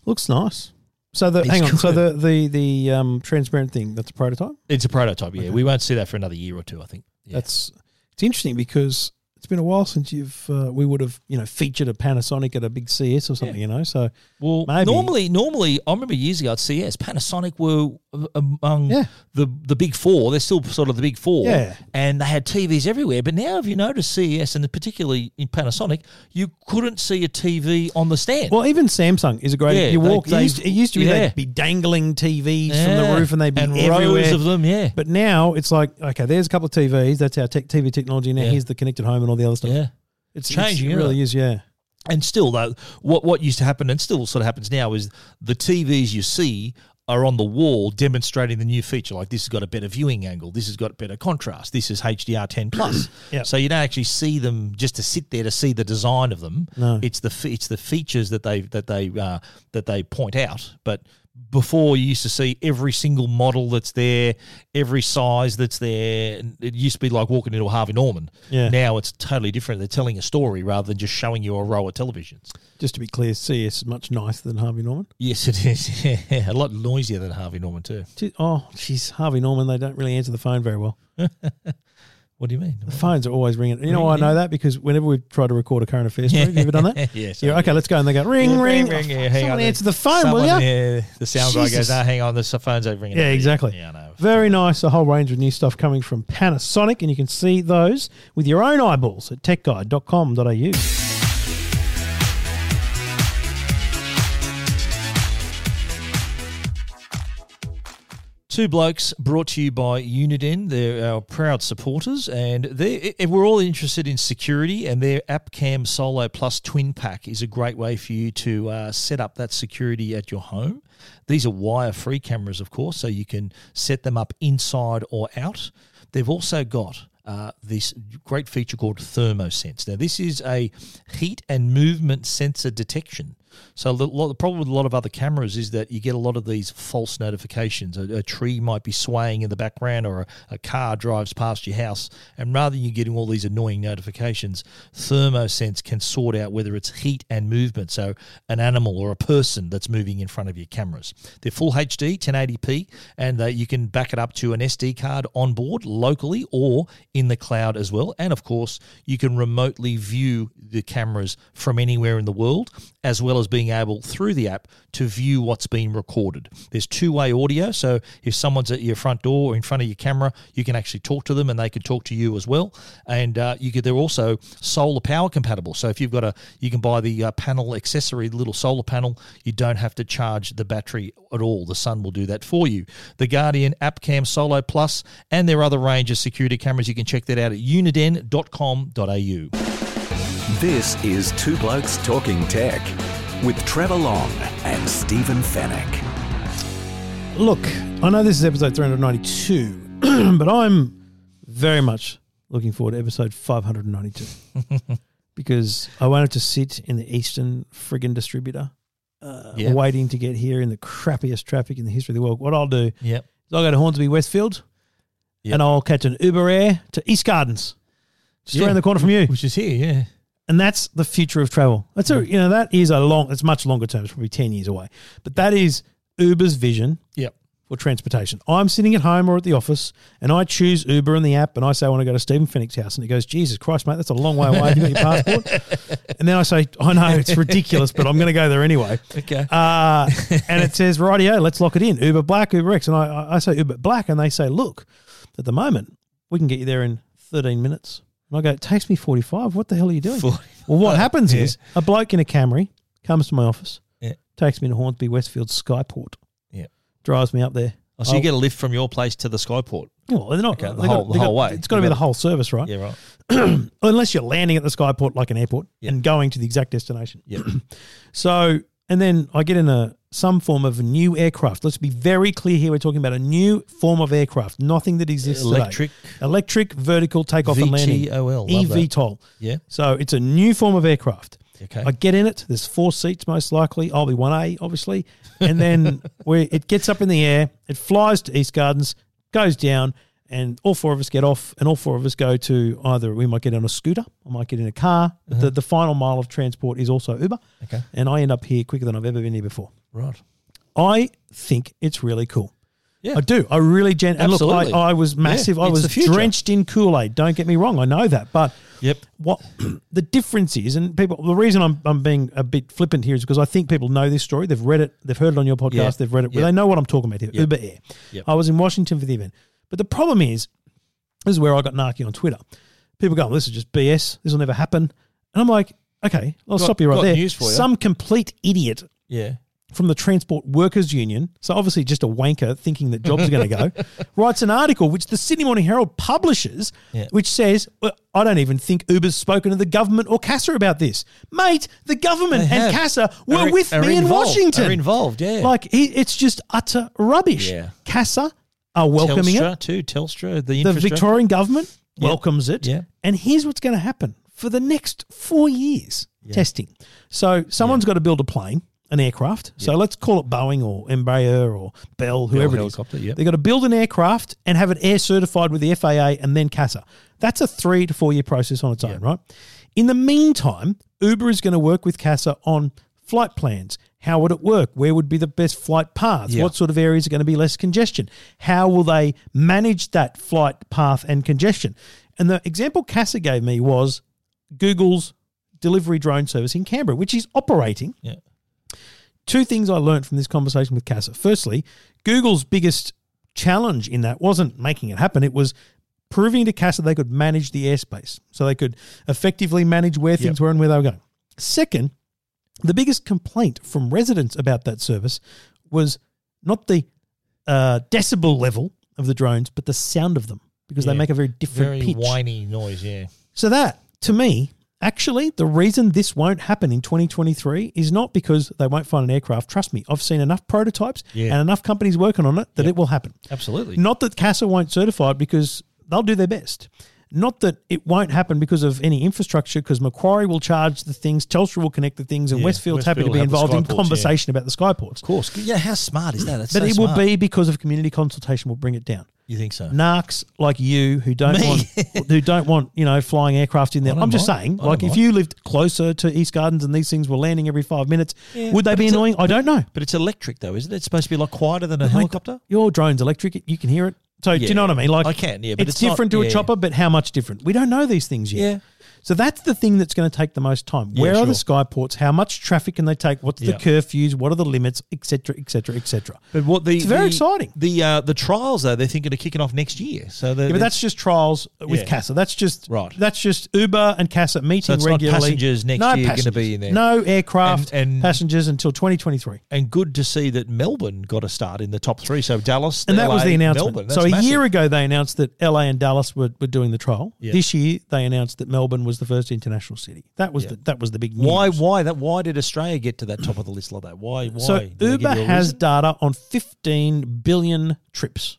S2: Looks nice. So the hang on. So the the the um, transparent thing that's a prototype.
S1: It's a prototype. Yeah, we won't see that for another year or two. I think. Yeah.
S2: That's it's interesting because it's been a while since you've uh, we would have you know featured a Panasonic at a big CS or something. You know, so
S1: Well,
S2: Maybe.
S1: normally, normally, I remember years ago at CS, Panasonic were a- among
S2: Yeah.
S1: the the big four. They're still sort of the big four,
S2: Yeah.
S1: and they had TVs everywhere. But now, if you notice CES, and particularly in Panasonic, you couldn't see a TV on the stand.
S2: Well, even Samsung is a great.
S1: Yeah,
S2: you
S1: they-
S2: walk. it,
S1: they-
S2: used, it used to be
S1: yeah.
S2: they'd be dangling TVs from
S1: Yeah.
S2: the roof, and they'd be
S1: And rows
S2: everywhere.
S1: of them, yeah.
S2: But now it's like okay, there's a couple of TVs. That's our tech, TV technology. Now
S1: Yeah.
S2: here's the connected home and all the other stuff.
S1: yeah.
S2: it's
S1: changing,
S2: It
S1: isn't
S2: really
S1: it?
S2: is. Yeah,
S1: And still, though, what what used to happen and still sort of happens now is the TVs you see are on the wall demonstrating the new feature. Like this has got a better viewing angle. This has got better contrast. This is HDR 10 plus.
S2: Yeah.
S1: So you don't actually see them just to sit there to see the design of them.
S2: No.
S1: It's the fe- it's the features that they that they uh, that they point out, but. Before you used to see every single model that's there, every size that's there. and It used to be like walking into a Harvey Norman.
S2: Yeah.
S1: Now it's totally different. They're telling a story rather than just showing you a row of televisions.
S2: just to be clear, CS is much nicer than Harvey Norman.
S1: Yes, it is. a lot noisier than Harvey Norman too.
S2: Gee, Oh, jeez, Harvey Norman. They don't really answer the phone very well.
S1: What do you mean?
S2: The phones are always ringing. You know why I know that because whenever we try to record a current affairs, story, have you ever done that?
S1: Yes,
S2: Yeah.
S1: I
S2: Okay, let's go. And they go ring, ring, ring.
S1: yeah, hang
S2: Someone
S1: on.
S2: answer the phone, will
S1: Someone,
S2: you?
S1: yeah, the sound guy
S2: Jesus.
S1: goes, "Ah, hang on, the s- phone's over ringing."
S2: Yeah,
S1: over here."
S2: exactly.
S1: Yeah, I know.
S2: Very nice. A whole range of new stuff coming from Panasonic, and you can see those with your own eyeballs at techguide.com.au.
S1: Two Blokes brought to you by Uniden. They're our proud supporters, and they i- we're all interested in security. And their AppCam Solo Plus Twin Pack is a great way for you to uh, set up that security at your home. These are wire-free cameras, of course, so you can set them up inside or out. They've also got uh, this great feature called thermosense. Now, this is a heat and movement sensor detection. So, the, lot, the problem with a lot of other cameras is that you get a lot of these false notifications. A, a tree might be swaying in the background, or a, a car drives past your house. And rather than you getting all these annoying notifications, thermosense can sort out whether it's heat and movement. So, an animal or a person that's moving in front of your cameras. They're full HD, 1080p, and uh, you can back it up to an SD card on board locally or in the cloud as well. And of course, you can remotely view the cameras from anywhere in the world, as well as being able through the app to view what's being recorded. There's two way audio, so if someone's at your front door or in front of your camera, you can actually talk to them and they can talk to you as well. And uh, you could, they're also solar power compatible. So if you've got a, you can buy the uh, panel accessory, the little solar panel, you don't have to charge the battery at all. The sun will do that for you. The Guardian AppCam Solo Plus and their other range of security cameras, you can check that out at uniden.com.au.
S3: This is Two Blokes Talking Tech with Trevor Long and Stephen Fennec.
S2: Look, I know this is episode 392, but I'm very much looking forward to episode 592 because I won't have to sit in the Eastern friggin' distributor uh,
S1: Yeah.
S2: waiting to get here in the crappiest traffic in the history of the world. What I'll do
S1: Yep.
S2: is I'll go to Hornsby Westfield
S1: Yep.
S2: and I'll catch an Uber Air to East Gardens, just
S1: Yeah.
S2: around the corner from you.
S1: which is here, yeah.
S2: And that's the future of travel. That's a you know that is a long. It's much longer term. It's probably ten years away. But that is Uber's vision
S1: Yep.
S2: for transportation. I'm sitting at home or at the office and I choose Uber in the app and I say I want to go to Stephen Finnick's house and it goes, Jesus Christ, mate, that's a long way away. Have you got your passport? and then I say, I know it's ridiculous, but I'm going to go there anyway.
S1: Okay.
S2: Uh, and it says, rightio, let's lock it in. Uber Black, Uber X. And I- I, I say Uber Black and they say, look, at the moment, we can get you there in 13 minutes. And I go, it takes me 45. What the hell are you doing?
S1: Forty-
S2: Well, what happens
S1: Oh, Yeah.
S2: is a bloke in a Camry comes to my office,
S1: Yeah.
S2: takes me to Hornsby Westfield Skyport,
S1: Yeah.
S2: drives me up there.
S1: Oh, so you get a lift from your place to the skyport.
S2: Well, they're not
S1: Okay, the
S2: they got-
S1: whole-
S2: they
S1: the
S2: got-
S1: whole way.
S2: It's got to be
S1: You've
S2: the
S1: got-
S2: whole service, right?
S1: Yeah, right.
S2: Unless you're landing at the skyport like an airport
S1: Yeah.
S2: and going to the exact destination.
S1: Yeah.
S2: So, and then I get in a some form of new aircraft. Let's be very clear here. We're talking about a new form of aircraft, nothing that exists today.
S1: Electric.
S2: electric vertical takeoff and landing, E
S1: VTOL, love that.
S2: EVTOL.
S1: Yeah.
S2: So it's a new form of aircraft.
S1: Okay.
S2: I get in it. There's four seats, most likely. I'll be one A, obviously, and then we it gets up in the air. It flies to East Gardens, goes down, and all four of us get off, and all four of us go to either we might get on a scooter, I might get in a car. But The, the final mile of transport is also Uber,
S1: Uh-huh. Okay.
S2: and I end up here quicker than I've ever been here before.
S1: Right.
S2: I think it's really cool.
S1: Yeah.
S2: I do. I really gen- and look, I,
S1: Absolutely.
S2: I was massive.
S1: Yeah,
S2: I
S1: it's
S2: was
S1: the future.
S2: drenched in Kool Aid. Don't get me wrong. I know that, but
S1: Yep.
S2: what the difference is, and people, the reason I'm, I'm being a bit flippant here is because I think people know this story. They've read it, they've heard it on your podcast,
S1: Yeah.
S2: they've read it,
S1: Yeah.
S2: they know what I'm talking about here.
S1: Yeah.
S2: Uber Air.
S1: Yeah.
S2: I was in Washington for the event, but the problem is, this is where I got narky on Twitter. People go, "This is just BS. This will never happen," and I'm like, "Okay, I'll
S1: Got-
S2: stop you right
S1: got
S2: there."
S1: news for you.
S2: Some complete idiot
S1: Yeah.
S2: from the Transport Workers Union, so obviously just a wanker thinking that jobs are going to go, writes an article which the Sydney Morning Herald publishes,
S1: Yeah.
S2: which says, well, I don't even think Uber's spoken to the government or CASA about this. Mate, the government
S1: They have.
S2: and CASA were
S1: Are in-
S2: with
S1: are
S2: me in
S1: involved.
S2: Washington.
S1: Are involved, yeah.
S2: Like, he, it's just utter rubbish.
S1: Yeah.
S2: CASA are welcoming
S1: Telstra
S2: it.
S1: too. Telstra, the
S2: The
S1: infrastructure.
S2: Victorian government
S1: Yeah.
S2: welcomes it.
S1: Yeah.
S2: And here's what's going to happen for the next four years testing. So someone's got to build a plane, an aircraft. So let's call it Boeing or Embraer or Bell, whoever it is.
S1: helicopter, yep.
S2: They've got to build an aircraft and have it air certified with the FAA and then CASA. That's a three to four year process on its own, right? In the meantime, Uber is going to work with CASA on flight plans. How would it work? Where would be the best flight paths?
S1: Yeah.
S2: What sort of areas are going to be less congestion? How will they manage that flight path and congestion? And the example CASA gave me was Google's delivery drone service in Canberra, which is operating.
S1: Yeah.
S2: Two things I learned from this conversation with CASA. Firstly, Google's biggest challenge in that wasn't making it happen, it was proving to CASA they could manage the airspace. So they could effectively manage where things were and where they were going. Second, the biggest complaint from residents about that service was not the uh, decibel level of the drones, but the sound of them because they
S1: Yeah.
S2: make a very
S1: Very
S2: different pitch.
S1: whiny noise. Yeah.
S2: So that, to me, actually, the reason this won't happen in 2023 is not because they won't find an aircraft. Trust me, I've seen enough prototypes
S1: Yeah.
S2: and enough companies working on it that it will happen.
S1: Absolutely.
S2: Not that CASA won't certify it because they'll do their best. Not that it won't happen because of any infrastructure, because Macquarie will charge the things, Telstra will connect the things, and
S1: Yeah,
S2: Westfield's happy to
S1: Westfield
S2: be
S1: have the
S2: involved in
S1: skyports, yeah.
S2: conversation about the skyports.
S1: Of course. Yeah. How smart is that? That's
S2: But
S1: so
S2: it
S1: smart.
S2: will be because of community consultation will bring it down.
S1: You think so?
S2: Narcs like you who don't
S1: Me?
S2: want who don't want you know flying aircraft in there.
S1: I don't
S2: I'm just
S1: mind.
S2: saying,
S1: I don't
S2: like if
S1: mind.
S2: you lived closer to East Gardens and these things were landing every five minutes,
S1: Yeah,
S2: would they
S1: but
S2: be
S1: it's a-
S2: annoying? I don't know.
S1: But it's electric though, isn't it? It's supposed to be like quieter than a
S2: Mate,
S1: helicopter.
S2: your drone's electric. You can hear it. So do you
S1: Yeah.
S2: know what I mean? Like
S1: I can, yeah, but
S2: it's,
S1: it's not-
S2: different to
S1: yeah.
S2: a chopper, but how much different? We don't know these things yet.
S1: Yeah.
S2: So that's the thing that's going to take the most time.
S1: Yeah,
S2: Where are the
S1: sure.
S2: skyports? How much traffic can they take? What's
S1: Yeah.
S2: the curfews? What are the limits? Et cetera, et cetera, et cetera.
S1: But what the
S2: It's very
S1: the-
S2: exciting.
S1: The uh, the trials though, they're thinking of kicking off next year. So
S2: Yeah, but that's just trials with
S1: Yeah.
S2: CASA. That's just
S1: Right.
S2: That's just Uber and CASA meeting
S1: it's not
S2: regularly.
S1: passengers next year gonna be in there.
S2: No aircraft and,
S1: And- and-
S2: passengers until 2023.
S1: and good to see that Melbourne got a start in the top three. So Dallas
S2: And that was
S1: LA,
S2: the announcement.
S1: Melbourne.
S2: so a
S1: That's
S2: year
S1: massive.
S2: ago, they announced that LA and Dallas were, were doing the trial.
S1: Yeah.
S2: This year, they announced that Melbourne was the first international city. That was the, that was the big news.
S1: Why? Why that? Why did Australia get to that top of the list like that? Why? Why?
S2: So
S1: Did they give
S2: Uber
S1: you a
S2: has
S1: reason?
S2: data on 15 billion trips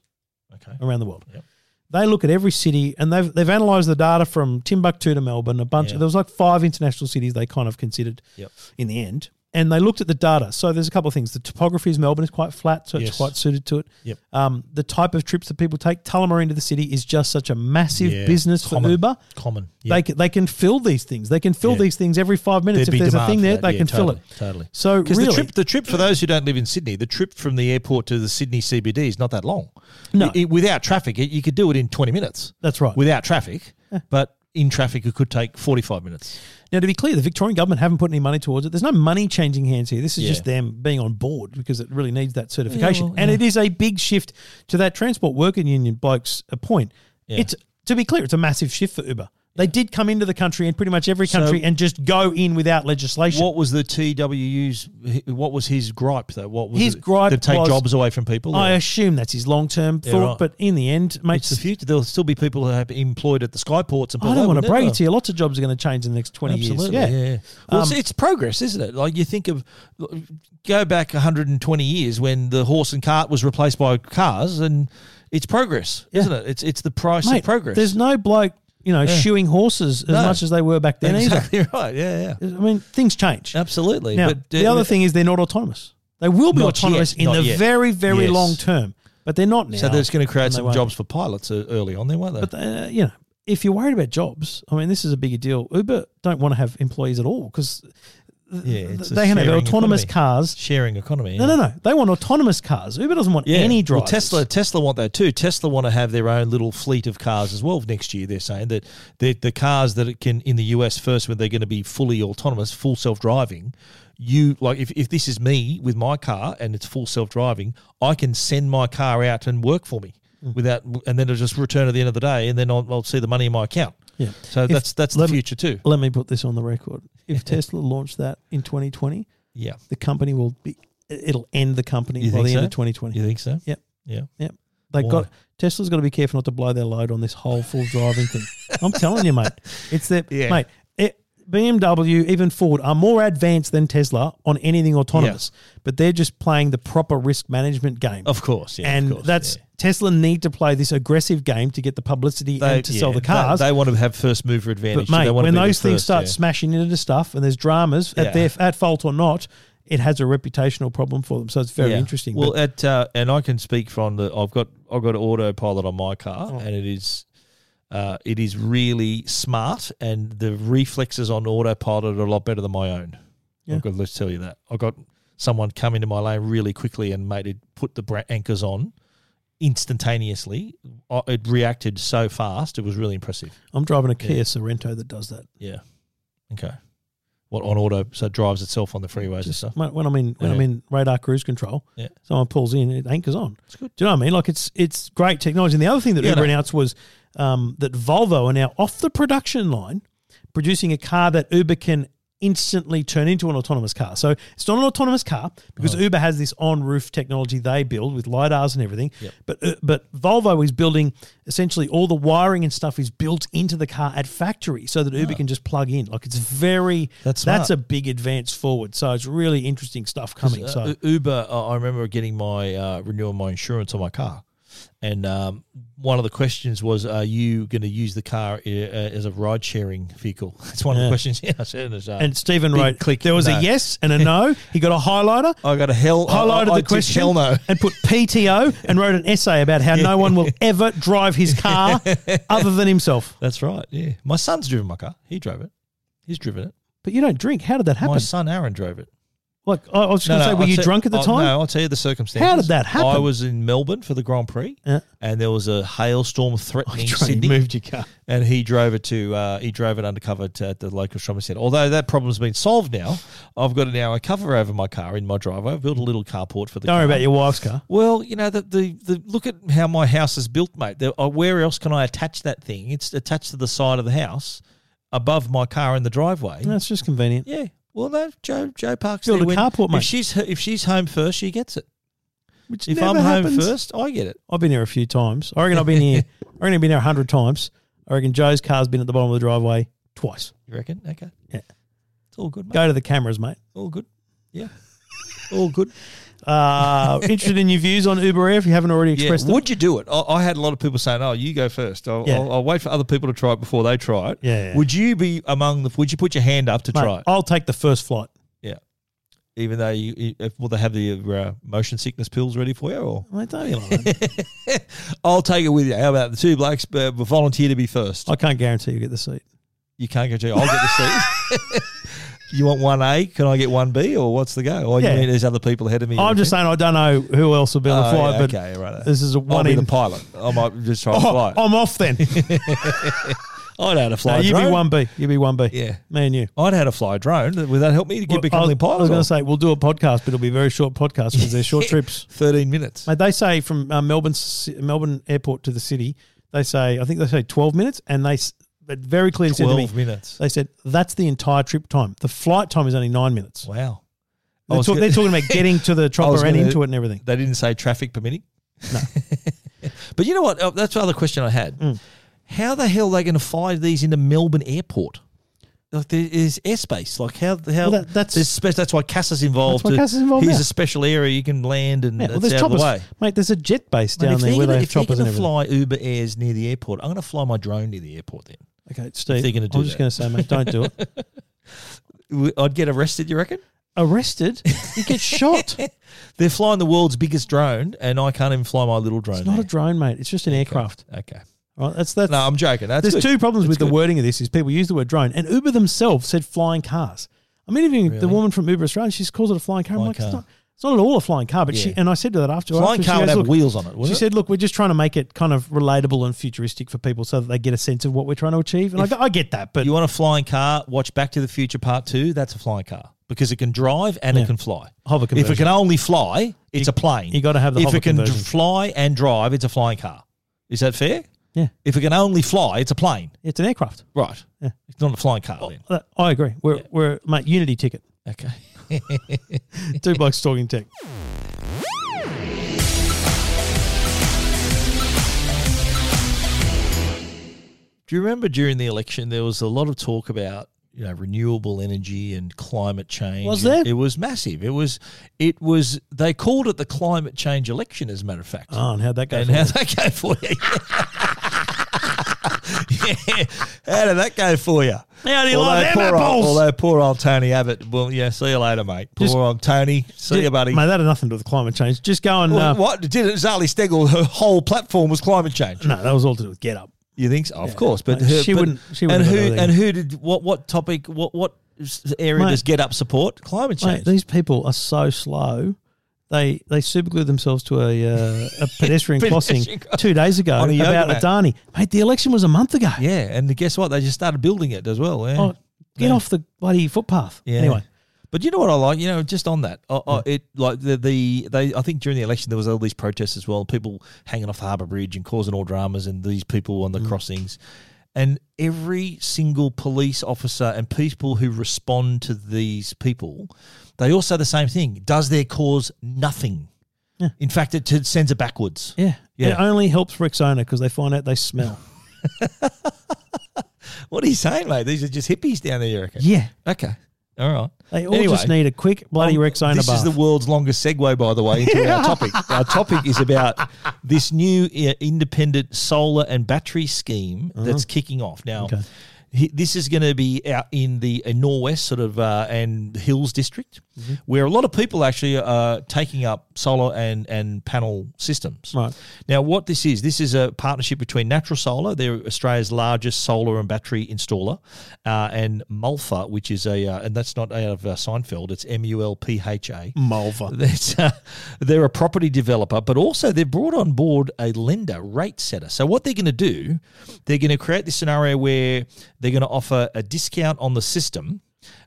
S1: Okay.
S2: around the world.
S1: Yep.
S2: They look at every city and they've they've analysed the data from Timbuktu to Melbourne, a bunch.
S1: Yeah.
S2: There was like five international cities they kind of considered
S1: Yep.
S2: in the end. and they looked at the data. So there's a couple of things. The topography of Melbourne is quite flat, so
S1: Yes.
S2: it's quite suited to it.
S1: Yep.
S2: Um, the type of trips that people take, Tullamore into the city is just such a massive
S1: Yeah,
S2: business for
S1: common,
S2: Uber.
S1: Common.
S2: They can, they can fill these things. They can fill
S1: Yeah.
S2: these things every five minutes.
S1: There'd
S2: if
S1: be
S2: there's a
S1: demand
S2: thing
S1: for
S2: there,
S1: that.
S2: they
S1: Yeah,
S2: can
S1: totally,
S2: fill it.
S1: Totally.
S2: So
S1: Because
S2: really,
S1: the trip, the trip for those who don't live in Sydney, the trip from the airport to the Sydney CBD is not that long.
S2: No.
S1: I- I- without traffic, it, you could do it in twenty minutes.
S2: That's right.
S1: Without traffic, but in traffic, it could take forty-five minutes.
S2: Now, to be clear, the Victorian government haven't put any money towards it. There's no money changing hands here. This is
S1: Yeah.
S2: just them being on board because it really needs that certification.
S1: well,
S2: And
S1: yeah.
S2: it is a big shift to that transport worker union bloke's uh, point.
S1: Yeah.
S2: It's to be clear, it's a massive shift for Uber. They did come into the country and pretty much every country and just go in without legislation.
S1: What was the TWU's? What was his gripe though? What was
S2: His
S1: it?
S2: gripe
S1: to take
S2: was-
S1: jobs away from people?
S2: I
S1: or-
S2: assume that's his long term
S1: Yeah,
S2: thought,
S1: right.
S2: but in the end, mate,
S1: it's the future. There'll still be people who have employed at the skyports and.
S2: I
S1: below,
S2: don't want to
S1: wouldn't
S2: brag
S1: there?
S2: it to you. Lots of jobs are going to change in the next 20
S1: Absolutely,
S2: years. Um,
S1: yeah. yeah. Well, it's, it's progress, isn't it? Like you think of, go back 120 years when the horse and cart was replaced by cars, and it's progress, isn't it? It's it's the price
S2: Mate,
S1: of progress.
S2: There's no bloke, you know, shoeing horses as
S1: No.
S2: much as they were back then either.
S1: exactly right. Yeah, yeah,
S2: I mean, things change.
S1: absolutely.
S2: Now,
S1: but
S2: the
S1: uh,
S2: other thing is they're not autonomous. They will be
S1: Not
S2: autonomous
S1: yet,
S2: in
S1: not
S2: the
S1: yet.
S2: very, very
S1: Yes.
S2: long term, but they're not now.
S1: so that's going to create
S2: and they
S1: some
S2: won't.
S1: jobs for pilots uh, early on, then, won't they?
S2: But uh, you know, if you're worried about jobs, I mean, this is a bigger deal. Uber don't want to have employees at all because
S1: yeah, it's a
S2: they have
S1: sharing
S2: autonomous
S1: economy.
S2: cars.
S1: sharing economy.
S2: No, no, no. They want autonomous cars. Uber doesn't want any drivers.
S1: Well, Tesla, Tesla want that too. Tesla want to have their own little fleet of cars as well next year. They're saying that the the cars that it can in the US first, when they're going to be fully autonomous, full self driving. You like if, if this is me with my car and it's full self driving, I can send my car out and work for me
S2: Mm.
S1: without, and then it'll just return at the end of the day, and then I'll, I'll see the money in my account.
S2: Yeah.
S1: So
S2: If-
S1: that's that's the
S2: let me-
S1: future too.
S2: Let me put this on the record. If Tesla launched that in 2020,
S1: Yeah.
S2: the company will be. It'll end the company
S1: You
S2: by
S1: think
S2: the end
S1: so?
S2: of 2020.
S1: You think so?
S2: Yep.
S1: Yeah.
S2: Yep. They
S1: Why?
S2: got Tesla's got to be careful not to blow their load on this whole full driving thing. I'm telling you, mate. It's that,
S1: Yeah.
S2: mate. It, BMW, even Ford, are more advanced than Tesla on anything autonomous, but they're just playing the proper risk management game.
S1: Of course. Yeah, of
S2: and
S1: course,
S2: that's
S1: yeah.
S2: Tesla need to play this aggressive game to get the publicity and to sell
S1: yeah,
S2: the cars.
S1: They, they want to have first mover advantage.
S2: but
S1: so they
S2: mate,
S1: want to
S2: when
S1: be there
S2: those things
S1: first,
S2: start
S1: yeah.
S2: smashing into stuff and there's dramas
S1: Yeah.
S2: at their at fault or not, it has a reputational problem for them. So it's very
S1: Yeah.
S2: interesting.
S1: Well,
S2: but
S1: at uh, and I can speak from the I've got I've got autopilot on my car,
S2: Oh.
S1: and it is. Uh, it is really smart, and the reflexes on autopilot are a lot better than my own.
S2: Yeah.
S1: I've got, let's tell you that. I got someone come into my lane really quickly and made it put the bra- anchors on instantaneously. I, it reacted so fast; it was really impressive.
S2: I'm driving a Kia Sorento that does that.
S1: Yeah. Okay. What on auto? So it drives itself on the freeways and stuff.
S2: Mate, when I'm in when
S1: Yeah.
S2: I'm in radar cruise control,
S1: Yeah.
S2: someone pulls in, it anchors on. Do you know what I mean? Like it's it's great technology. And the other thing that
S1: Yeah,
S2: Uber
S1: no.
S2: announced was um, that Volvo are now off the production line, producing a car that Uber can instantly turn into an autonomous car. So it's not an autonomous car because Uber has this on-roof technology they build with lidars and everything. But uh, but Volvo is building essentially all the wiring and stuff is built into the car at factory so that Uber can just plug in. Like it's very
S1: Ah. That's
S2: that's
S1: smart.
S2: a big advance forward. So it's really interesting stuff coming. So
S1: Uh, U- Uber, I I remember getting my uh, renewing my insurance on my car, and um, one of the questions was, "Are you going to use the car uh, as a ride sharing vehicle?" That's one of
S2: Yeah.
S1: the questions. Yeah, I said, it's, uh,
S2: and Stephen
S1: big
S2: wrote
S1: click
S2: there was
S1: no.
S2: a yes and a no. He got a highlighter,
S1: I got a hell. I- I-
S2: highlighted
S1: I
S2: the
S1: ticked
S2: question,
S1: Hell no.
S2: and put PTO and wrote an essay about how no one will ever drive his car other than himself.
S1: That's right. Yeah, my son's driven my car. He drove it. He's driven it.
S2: But you don't drink. How did that
S1: My
S2: happen?
S1: son Aaron drove it.
S2: Like I I was going to say, were
S1: I'll
S2: you
S1: tell-
S2: drunk at the
S1: I'll-
S2: time?
S1: oh, No, I'll tell you the circumstances.
S2: How did that happen?
S1: I was in Melbourne for the Grand Prix,
S2: Yeah. Oh,
S1: and there was a hailstorm threatening
S2: You
S1: Sydney.
S2: moved your car.
S1: and he drove it to uh, he drove it undercover to, at the local shopping centre. Although that problem's been solved now, I've got now a cover over my car in my driveway. I've built a little carport for the.
S2: Don't
S1: car.
S2: worry about your wife's car.
S1: Well, you know the, the the look at how my house is built, mate. There, uh, where else can I attach that thing? It's attached to the side of the house, above my car in the driveway.
S2: That's just convenient.
S1: Yeah. Well, no, Joe Joe Parks.
S2: Build
S1: there
S2: a
S1: when-
S2: carport, mate.
S1: If she's if she's home first, she gets it.
S2: Which
S1: If
S2: never
S1: I'm home
S2: happens.
S1: first, I get it.
S2: I've been here a few times. I reckon I've been here. I reckon I've been here a hundred times. I reckon Joe's car's been at the bottom of the driveway twice.
S1: You reckon? Okay.
S2: Yeah.
S1: It's all good, mate.
S2: Go to the cameras, mate.
S1: All good. Yeah. all good.
S2: Uh, interested in your views on Uber Air if you haven't already expressed
S1: yeah.
S2: them?
S1: Would you do it? I, I had a lot of people saying, "Oh, you go first. I'll,
S2: Yeah.
S1: I'll, I'll wait for other people to try it before they try it."
S2: Yeah, yeah.
S1: Would you be among the? Would you put your hand up to
S2: Mate,
S1: try it?
S2: I'll take the first flight.
S1: yeah. even though you, you- if, will they have the uh, motion sickness pills ready for you? Or
S2: Mate, don't be like that.
S1: I'll take it with you. How about the two blokes uh, volunteer to be first?
S2: I can't guarantee you get the seat.
S1: You can't go to. I'll get the seat. you want one A? Can I get one B? Or what's the go? Or
S2: Yeah.
S1: you mean there's other people ahead of me?
S2: I'm just saying I don't know who else will be on the
S1: Oh,
S2: flight,
S1: yeah,
S2: but
S1: okay, right.
S2: this is a
S1: I'll
S2: one
S1: be
S2: in.
S1: the pilot. I might just try to
S2: Oh,
S1: fly.
S2: I'm off then.
S1: I'd had a
S2: no,
S1: fly
S2: you be
S1: drone.
S2: one B. You be one B.
S1: Yeah.
S2: me and you.
S1: I'd had a fly drone. Would that help me to get
S2: I
S1: become
S2: was,
S1: a pilot?
S2: I was going
S1: or-
S2: to say we'll do a podcast, but it'll be a very short podcast because they're short trips.
S1: Thirteen minutes.
S2: Mate, they say from uh, Melbourne ci- Melbourne Airport to the city, they say I think they say twelve minutes, and they s- but very clearly said to me,
S1: Twelve minutes.
S2: they said that's the entire trip time. The flight time is only nine minutes.
S1: Wow. I
S2: They're,
S1: was
S2: talk-
S1: go-
S2: they're talking about getting to the
S1: I was
S2: chopper and
S1: gonna-
S2: into it and everything.
S1: They didn't say traffic permitting. No. but you know what? Oh, that's the other question I had.
S2: Mm.
S1: How the hell are they going to fly these into Melbourne Airport? Like there is airspace. Like how how
S2: Well, that- that's-
S1: there's spe- that's why CASA's involved.
S2: That's why
S1: to-
S2: CASA's involved
S1: Here's
S2: now.
S1: a special area you can land and
S2: Yeah,
S1: that's
S2: well, there's
S1: out
S2: choppers,
S1: of the way.
S2: mate. There's a jet base
S1: Mate,
S2: down
S1: if
S2: there
S1: they're
S2: where they
S1: gonna,
S2: have
S1: if they're
S2: choppers
S1: going
S2: and
S1: to
S2: everything.
S1: fly Uber Airs near the airport, I'm going to fly my drone near the airport. Then
S2: Okay, Steve,
S1: they're gonna do
S2: I'm just
S1: that.
S2: going to say, mate, don't do it.
S1: W- I'd get arrested. You reckon?
S2: Arrested, you get shot.
S1: They're flying the world's biggest drone, and I can't even fly my little drone.
S2: It's not a
S1: there.
S2: drone, mate. It's just an aircraft.
S1: Okay.
S2: Right? That's that's.
S1: No, I'm joking. That's good.
S2: There's two problems
S1: That's
S2: with
S1: good.
S2: the wording of this: is people use the word drone, and Uber themselves said flying cars. I'm interviewing the
S1: Really?
S2: woman from Uber Australia. She just calls it a flying car. I'm
S1: Flying
S2: like, it's
S1: car.
S2: not, it's not at all a flying car. But she
S1: Yeah.
S2: and I said to that after
S1: Flying
S2: after, she
S1: car would
S2: goes,
S1: have
S2: "Look,"
S1: wheels on it.
S2: She
S1: wouldn't it?
S2: said, "Look, we're just trying to make it kind of relatable and futuristic for people, so that they get a sense of what we're trying to achieve." And I, go, I get that, but
S1: you want a flying car? Watch Back to the Future Part Two. That's a flying car because it can drive and
S2: Yeah.
S1: it can fly.
S2: Hover
S1: If
S2: conversion.
S1: it can only fly, it's a plane.
S2: you gotta have the
S1: If
S2: hover
S1: it can dr-
S2: conversion.
S1: fly and drive, it's a flying car. Is that fair?
S2: yeah,
S1: If it can only fly, it's a plane.
S2: it's an aircraft.
S1: Right.
S2: Yeah.
S1: It's not a flying car then.
S2: That- I agree. We're we're mate Unity ticket.
S1: Okay.
S2: Two blokes talking tech.
S1: Do you remember during the election there was a lot of talk about you know renewable energy and climate change?
S2: Was there?
S1: It was massive. It was. It was. They called it the climate change election, as a matter of fact.
S2: Oh, and how'd that go?
S1: and
S2: for you?
S1: how'd that go for you? yeah. How did that go for you?
S2: How do you like them
S1: poor
S2: apples?
S1: old, although poor old Tony Abbott. Well, yeah. See you later, mate. Poor
S2: Just-
S1: old Tony. See you, buddy.
S2: Mate, that had nothing to do with climate change. Just go and
S1: Well,
S2: uh,
S1: what did it? Zali Stegall, her whole platform was climate change.
S2: no, that was all to do with get up.
S1: You think so? Of course, but
S2: Mate,
S1: her,
S2: she
S1: but-
S2: wouldn't- she
S1: and
S2: wouldn't have
S1: who
S2: got that either.
S1: and who did what? What topic? What what s- area
S2: Mate.
S1: does Get Up support? Climate
S2: Mate,
S1: change.
S2: these people are so slow. They they superglue themselves to a uh, a pedestrian crossing
S1: Pedestrian crossing.
S2: two days ago
S1: On a yoga
S2: about
S1: mat.
S2: Adani. Mate, the election was a month ago.
S1: yeah, and guess what? They just started building it as well. Yeah.
S2: Oh, get off the bloody footpath.
S1: Yeah.
S2: Anyway,
S1: But you know what I like? You know, just on that, I
S2: Mm.
S1: I it like the, the they. I think during the election there was all these protests as well, people hanging off the harbour bridge and causing all dramas, and these people on the
S2: Mm.
S1: crossings, and every single police officer and people who respond to these people, they all say the same thing: does their cause nothing? In fact, it t- sends it backwards.
S2: yeah.
S1: Yeah.
S2: It only helps Rexona because they find out they smell.
S1: What are you saying, mate? These are just hippies down there, you reckon?
S2: yeah.
S1: Okay. All right.
S2: They all
S1: Anyway. Um,
S2: just need a quick bloody Rexona
S1: This
S2: bath.
S1: is the world's longest segue, by the way, into our topic. Our topic is about this new uh, independent solar and battery scheme that's kicking off now.
S2: Uh-huh. Okay.
S1: he- This is going to be out in the uh, Norwest sort of uh, and Hills district,
S2: Mm-hmm.
S1: where a lot of people actually are taking up solar and, and panel systems.
S2: Right.
S1: Now, what this is, this is a partnership between Natural Solar, they're Australia's largest solar and battery installer, uh, and Mulfa, which is a, uh, and that's not out of uh, Seinfeld, it's M U L P H A.
S2: Mulva.
S1: That's, uh, they're a property developer, but also they've brought on board a lender rate setter. So what they're going to do, they're going to create this scenario where they're going to offer a discount on the system.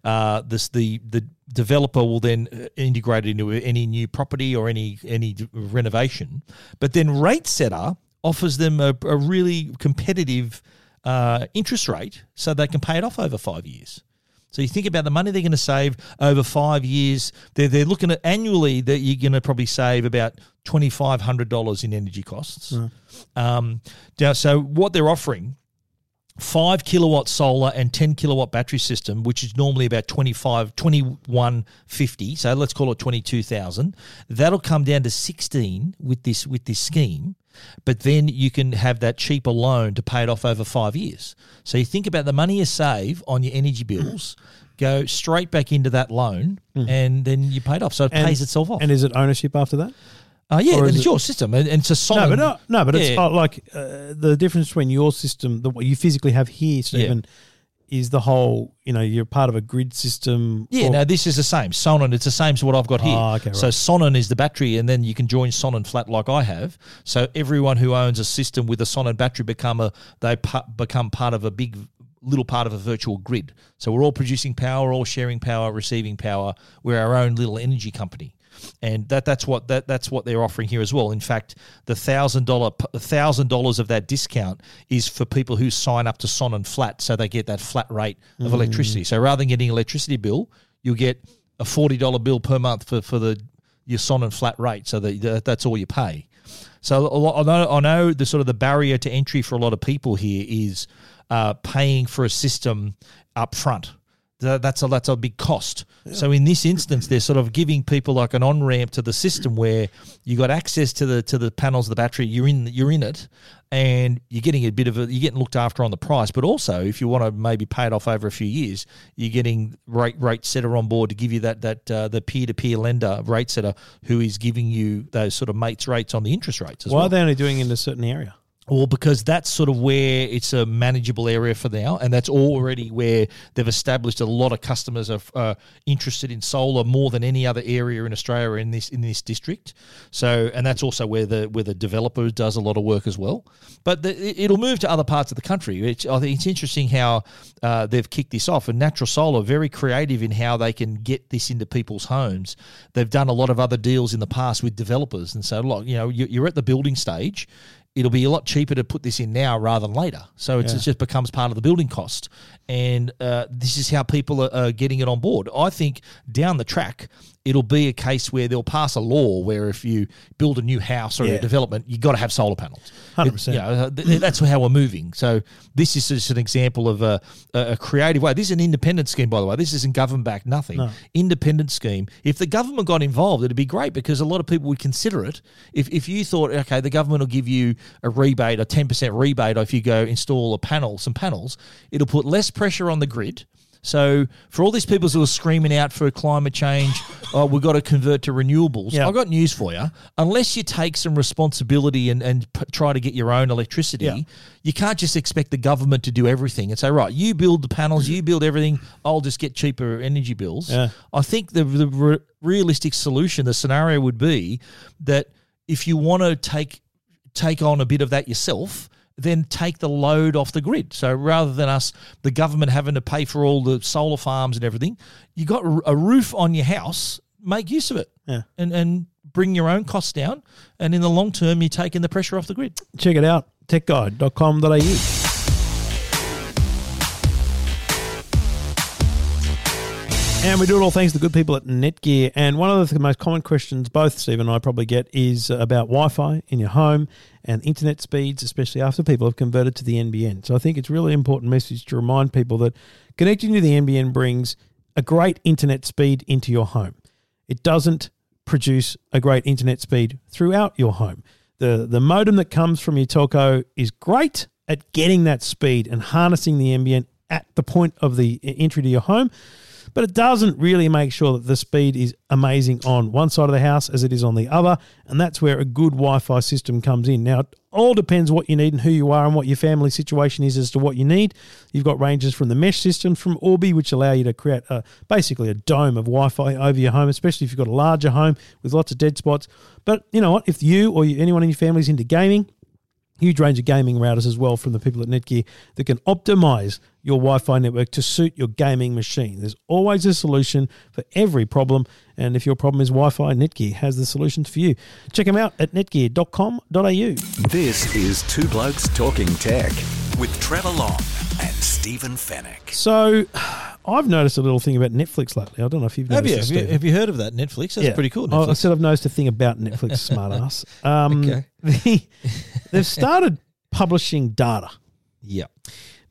S1: Uh, this the the developer will then uh, integrate it into any new property or any any renovation, but then rate setter offers them a, a really competitive uh, interest rate so they can pay it off over five years. So you think about the money they're going to save over five years. They're, they're looking at annually that you're going to probably save about twenty five hundred dollars in energy costs. Um, now, so what they're offering. Five kilowatt solar and ten kilowatt battery system, which is normally about 25, 2150. So let's call it twenty two thousand. That'll come down to sixteen with this with this scheme, but then you can have that cheaper loan to pay it off over five years. So you think about the money you save on your energy bills go straight back into that loan, and then you paid off. So it pays itself off.
S2: Hmm. And is it ownership after that?
S1: uh, yeah,
S2: or
S1: then
S2: is
S1: it's
S2: it-
S1: your system, and, and it's a
S2: No,
S1: solid.
S2: but no, no, but it's
S1: Yeah.
S2: uh, like uh, the difference between your system, the what you physically have here, Stephen, is the whole. You know, you're part of a grid system.
S1: Yeah,
S2: or-
S1: no, this is the same. Sonnen, it's the same as what I've got here.
S2: Ah, okay,
S1: So
S2: right.
S1: Sonnen is the battery, and then you can join Sonnen flat like I have. So everyone who owns a system with a Sonnen battery become a they pa- become part of a big little part of a virtual grid. So we're all producing power, all sharing power, receiving power. We're our own little energy company. And that, that's what that, that's what they're offering here as well. In fact, the thousand dollar thousand dollars of that discount is for people who sign up to Sonnen Flat, so they get that flat rate
S2: Hmm.
S1: of electricity. So rather than getting an electricity bill, you'll get a forty dollar bill per month for, for the your Sonnen flat rate. So that, that that's all you pay. So a lot, I know, I know the sort of the barrier to entry for a lot of people here is uh, paying for a system up front. Th- That's a that's a big cost. So in this instance, they're sort of giving people like an on ramp to the system where you got access to the to the panels, the battery. You're in you're in it, and you're getting a bit of a you're getting looked after on the price. But also, if you want to maybe pay it off over a few years, you're getting rate rate setter on board to give you that that uh, the peer to peer lender rate setter who is giving you those sort of mates rates on the interest rates as
S2: why
S1: well.
S2: are they only doing it in a certain area?
S1: Well, because that's sort of where it's a manageable area for now, and that's already where they've established a lot of customers are uh, interested in solar more than any other area in Australia or in this in this district. So, and that's also where the where the developer does a lot of work as well. But the, it- it'll move to other parts of the country. It's, I think it's interesting how uh, they've kicked this off, and Natural Solar are very creative in how they can get this into people's homes. They've done a lot of other deals in the past with developers, and so look, you know, you- you're at the building stage it'll be a lot cheaper to put this in now rather than later. So it's, it just becomes part of the building cost. And uh, this is how people are, are getting it on board. I think down the track, it'll be a case where they'll pass a law where if you build a new house or
S2: Yeah.
S1: a development, you've got to have solar panels.
S2: 100%.
S1: It- you know, uh, th- th- that's how we're moving. So this is just an example of a, a a creative way. This is an independent scheme, by the way. This isn't government backed nothing. Independent scheme. If the government got involved, it'd be great because a lot of people would consider it. If if you thought, okay, the government will give you a rebate, a ten percent rebate, if you go install a panel, some panels, it'll put less pressure on the grid. So for all these people who are screaming out for climate change, oh, we've got to convert to renewables.
S2: Yeah.
S1: I've got news for you. Unless you take some responsibility and, and p- try to get your own electricity,
S2: Yeah.
S1: you can't just expect the government to do everything and say, right, you build the panels, you build everything, I'll just get cheaper energy bills.
S2: Yeah.
S1: I think the, the re- realistic solution, the scenario would be that if you want to take take on a bit of that yourself, then take the load off the grid. So rather than us, the government having to pay for all the solar farms and everything, you got r- a roof on your house, make use of it,
S2: Yeah.
S1: and and bring your own costs down. And in the long term, you're taking the pressure off the grid.
S2: Check it out, techguide.com.au. And we do it all thanks to the good people at Netgear. And one of the most common questions both Steve and I probably get is about Wi Fi in your home and internet speeds, especially after people have converted to the NBN. So I think it's a really important message to remind people that connecting to the NBN brings a great internet speed into your home. It doesn't produce a great internet speed throughout your home. The the modem that comes from your telco is great at getting that speed and harnessing the NBN at the point of the e, entry to your home, but it doesn't really make sure that the speed is amazing on one side of the house as it is on the other, and that's where a good Wi-Fi system comes in. Now, it all depends what you need and who you are and what your family situation is as to what you need. You've got ranges from the mesh system from Orbi, which allow you to create a, basically a dome of Wi-Fi over your home, especially if you've got a larger home with lots of dead spots. But you know what? If you or you, anyone in your family is into gaming, huge range of gaming routers as well from the people at Netgear that can optimize your Wi-Fi network to suit your gaming machine. There's always a solution for every problem, and if your problem is Wi-Fi, Netgear has the solutions for you. Check them out at netgear.com.au.
S3: This is Two Blokes Talking Tech with Trevor Long and Stephen Fennec.
S2: So, I've noticed a little thing about Netflix lately. I don't know if you've noticed this, Stephen.
S1: you heard of that Netflix? Oh, That's
S2: Yeah. I- I said I've noticed a thing about Netflix, smartass. Um,
S1: Okay.
S2: the- they've started publishing data.
S1: yeah.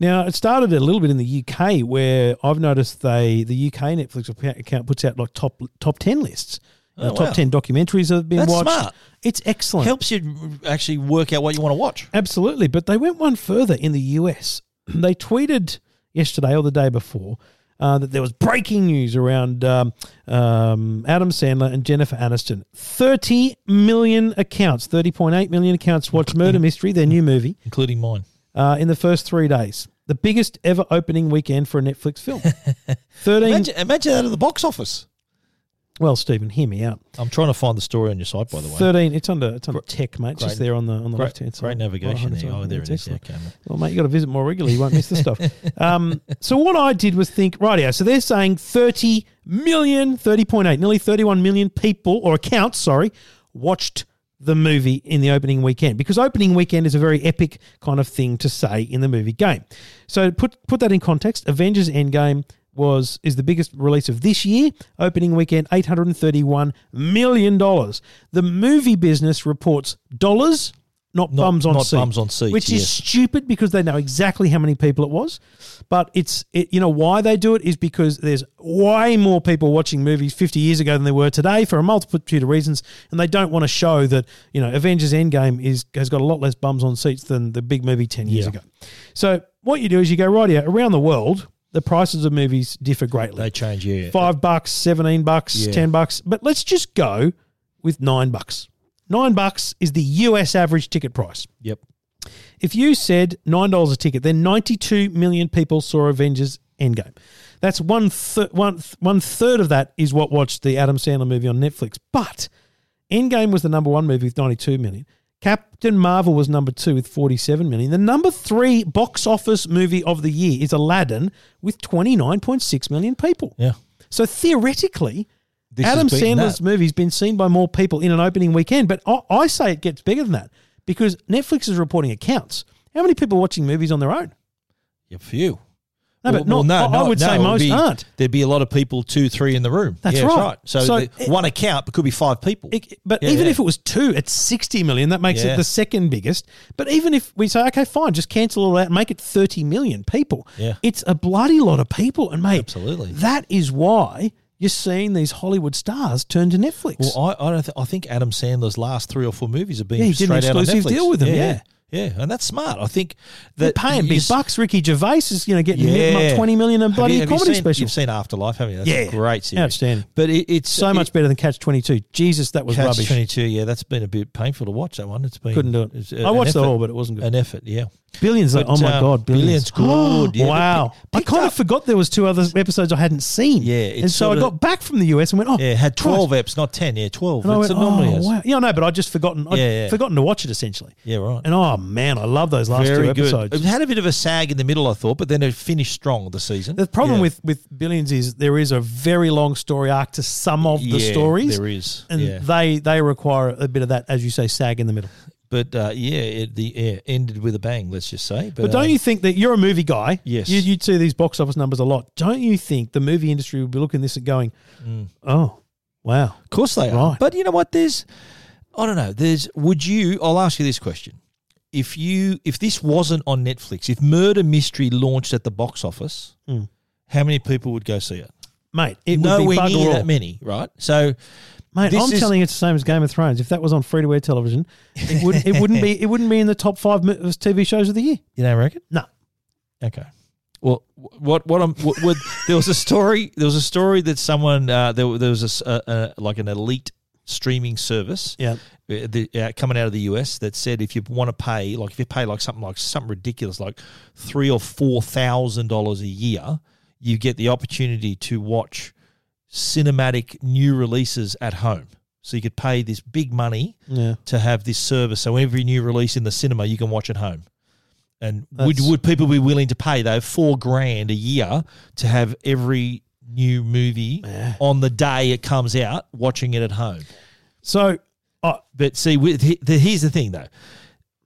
S2: Now it started a little bit in the UK, where I've noticed they the UK Netflix account puts out like top top ten lists, Uh, top
S1: Oh, wow.
S2: ten documentaries that have been
S1: That's
S2: watched.
S1: smart.
S2: It's excellent,
S1: Helps you actually work out what you want to watch.
S2: absolutely. But they went one further in the US. They tweeted yesterday or the day before uh, that there was breaking news around um, um, Adam Sandler and Jennifer Aniston. 30 million accounts, 30.8 million accounts watched Murder Mystery, their new movie,
S1: including mine.
S2: uh, in the first three days. The biggest ever opening weekend for a Netflix film. 13.
S1: Imagine, imagine that at the box office.
S2: well, Stephen, hear me out.
S1: I'm trying to find the story on your site, by the way.
S2: 13. It's under it's under tech, mate. It's just
S1: great-
S2: there on the on the
S1: great-
S2: left hand side.
S1: great navigation
S2: Right-hand
S1: there.
S2: side.
S1: Oh, there
S2: That's
S1: it is. Yeah,
S2: excellent.
S1: okay, mate.
S2: Well, mate, you got to visit more regularly. You won't miss the stuff. Um, so what I did was think, rightio. So they're saying 30 million, 30.8, nearly 31 million people or accounts, sorry, watched the movie in the opening weekend because opening weekend is a very epic kind of thing to say in the movie game. So to put put that in context. Avengers Endgame was is the biggest release of this year opening weekend 831 million dollars the movie business reports dollars not,
S1: Not-
S2: bums on
S1: not
S2: seats
S1: bums on seats,
S2: which is
S1: yes.
S2: stupid because they know exactly how many people it was. But it's it, you know why they do it is because there's way more people watching movies 50 years ago than there were today for a multitude of reasons, and they don't want to show that you know Avengers Endgame is has got a lot less bums on seats than the big movie 10 years
S1: Yeah.
S2: ago. So what you do is you go right here around the world. The prices of movies differ greatly
S1: They change, yeah.
S2: five bucks, seventeen bucks,
S1: Yeah.
S2: ten bucks. But let's just go with nine bucks. Nine bucks is the US average ticket price.
S1: Yep.
S2: If you said nine dollars a ticket, then ninety-two million people saw Avengers Endgame. That's one third. One th- one third of that is what watched the Adam Sandler movie on Netflix. But Endgame was the number one movie with ninety-two million. Captain Marvel was number two with forty-seven million. The number three box office movie of the year is Aladdin with twenty-nine point six million people.
S1: Yeah.
S2: So theoretically,
S1: This
S2: Adam
S1: has beaten
S2: Sandler's
S1: that.
S2: movie's been seen by more people in an opening weekend, but I, I say it gets bigger than that because Netflix is reporting accounts. How many people are watching movies on their own?
S1: Yeah, few.
S2: No, but not, I, I would say
S1: it
S2: most
S1: be-
S2: aren't.
S1: There'd be a lot of people, two, three in the room.
S2: That's
S1: Yeah,
S2: right.
S1: So,
S2: So
S1: the-
S2: it-
S1: one account but could be five people.
S2: It- but
S1: Yeah,
S2: even
S1: yeah.
S2: if it was two at 60 million, that makes it
S1: Yeah.
S2: the second biggest. But even if we say, okay, fine, just cancel all that and make it 30 million people,
S1: Yeah.
S2: it's a bloody lot of people. And mate,
S1: Absolutely.
S2: that is why you're seeing these Hollywood stars turn to Netflix.
S1: Well, I, I don't. Th- I think Adam Sandler's last three or four movies have been
S2: Yeah, he did an
S1: straight out on
S2: exclusive
S1: Netflix.
S2: deal with them, yeah.
S1: yeah, yeah, and that's smart. I think
S2: They're
S1: that
S2: paying
S1: you
S2: big
S1: s-
S2: bucks. Ricky Gervais is, you know, getting
S1: Yeah.
S2: twenty million in
S1: Have you-
S2: bloody
S1: have you
S2: comedy
S1: seen-
S2: special.
S1: You've seen Afterlife, haven't you? That's
S2: Yeah.
S1: a great series,
S2: Outstanding.
S1: But it, it's
S2: so much better than Catch Twenty Two. Jesus, that was
S1: Catch
S2: rubbish.
S1: twenty two. Yeah, that's been a bit painful to watch. That one. It's been
S2: Couldn't do it.
S1: it's, uh,
S2: I
S1: an
S2: watched the
S1: effort.
S2: whole, but it wasn't good.
S1: An effort. Yeah.
S2: Billions, like,
S1: But,
S2: oh my
S1: um,
S2: god, billions,
S1: Billions, good, yeah, but
S2: wow,
S1: pick-
S2: I
S1: picked
S2: kind of
S1: up.
S2: forgot there was two other episodes I hadn't seen.
S1: Yeah, it's
S2: and so I
S1: sorta-
S2: got back from the US and went, oh,
S1: Yeah, it had
S2: Christ.
S1: twelve eps, not ten. Yeah, twelve.
S2: And I
S1: That's
S2: went,
S1: a normally
S2: oh
S1: is.
S2: wow, yeah, I know, but I would just forgotten, I would
S1: Yeah, yeah.
S2: forgotten to watch it essentially.
S1: Yeah, right.
S2: And oh man, I love those last
S1: Very
S2: two
S1: good.
S2: episodes.
S1: It had a bit of a sag in the middle, I thought, but then it finished strong the season.
S2: The problem
S1: Yeah.
S2: with with billions is there is a very long story arc to some of the
S1: Yeah,
S2: stories.
S1: there is.
S2: and
S1: Yeah.
S2: they they require a bit of that, as you say, sag in the middle.
S1: But uh, yeah, it, the yeah, ended with a bang. Let's just say. But,
S2: But
S1: uh,
S2: don't you think that you're a movie guy?
S1: Yes.
S2: you, you'd see these box office numbers a lot. Don't you think the movie industry would be looking at this and going,
S1: Mm.
S2: "Oh, wow,
S1: Of course they are.
S2: Right.
S1: But you know what? There's, I don't know. There's. Would you? I'll ask you this question. If you, if this wasn't on Netflix, if Murder Mystery launched at the box office, how many people would go see it?
S2: mate, Hmm. it would be
S1: Nowhere
S2: bugger
S1: near
S2: all."
S1: that many, right? So,
S2: Mate,
S1: This
S2: I'm
S1: is-
S2: telling you, it's the same as Game of Thrones. If that was on free to air television, it would it wouldn't be it wouldn't be in the top five mo- TV shows of the year.
S1: you don't reckon?
S2: No,
S1: Okay. Well, wh- what what I'm what, what there was a story there was a story that someone uh, there wa- there was a s- a, a like an elite streaming service
S2: yeah,
S1: uh, the, uh, coming out of the US that said if you want to pay, like if you pay like something like something ridiculous, like three or four thousand dollars a year, you get the opportunity to watch cinematic new releases at home. So you could pay this big money
S2: yeah.
S1: to have this service. So every new release in the cinema, you can watch at home. And would
S2: That's-
S1: would people be willing to pay though four grand a year to have every new movie on the day it comes out, watching it at home?
S2: So, oh,
S1: But see, with he- the, here's the thing though.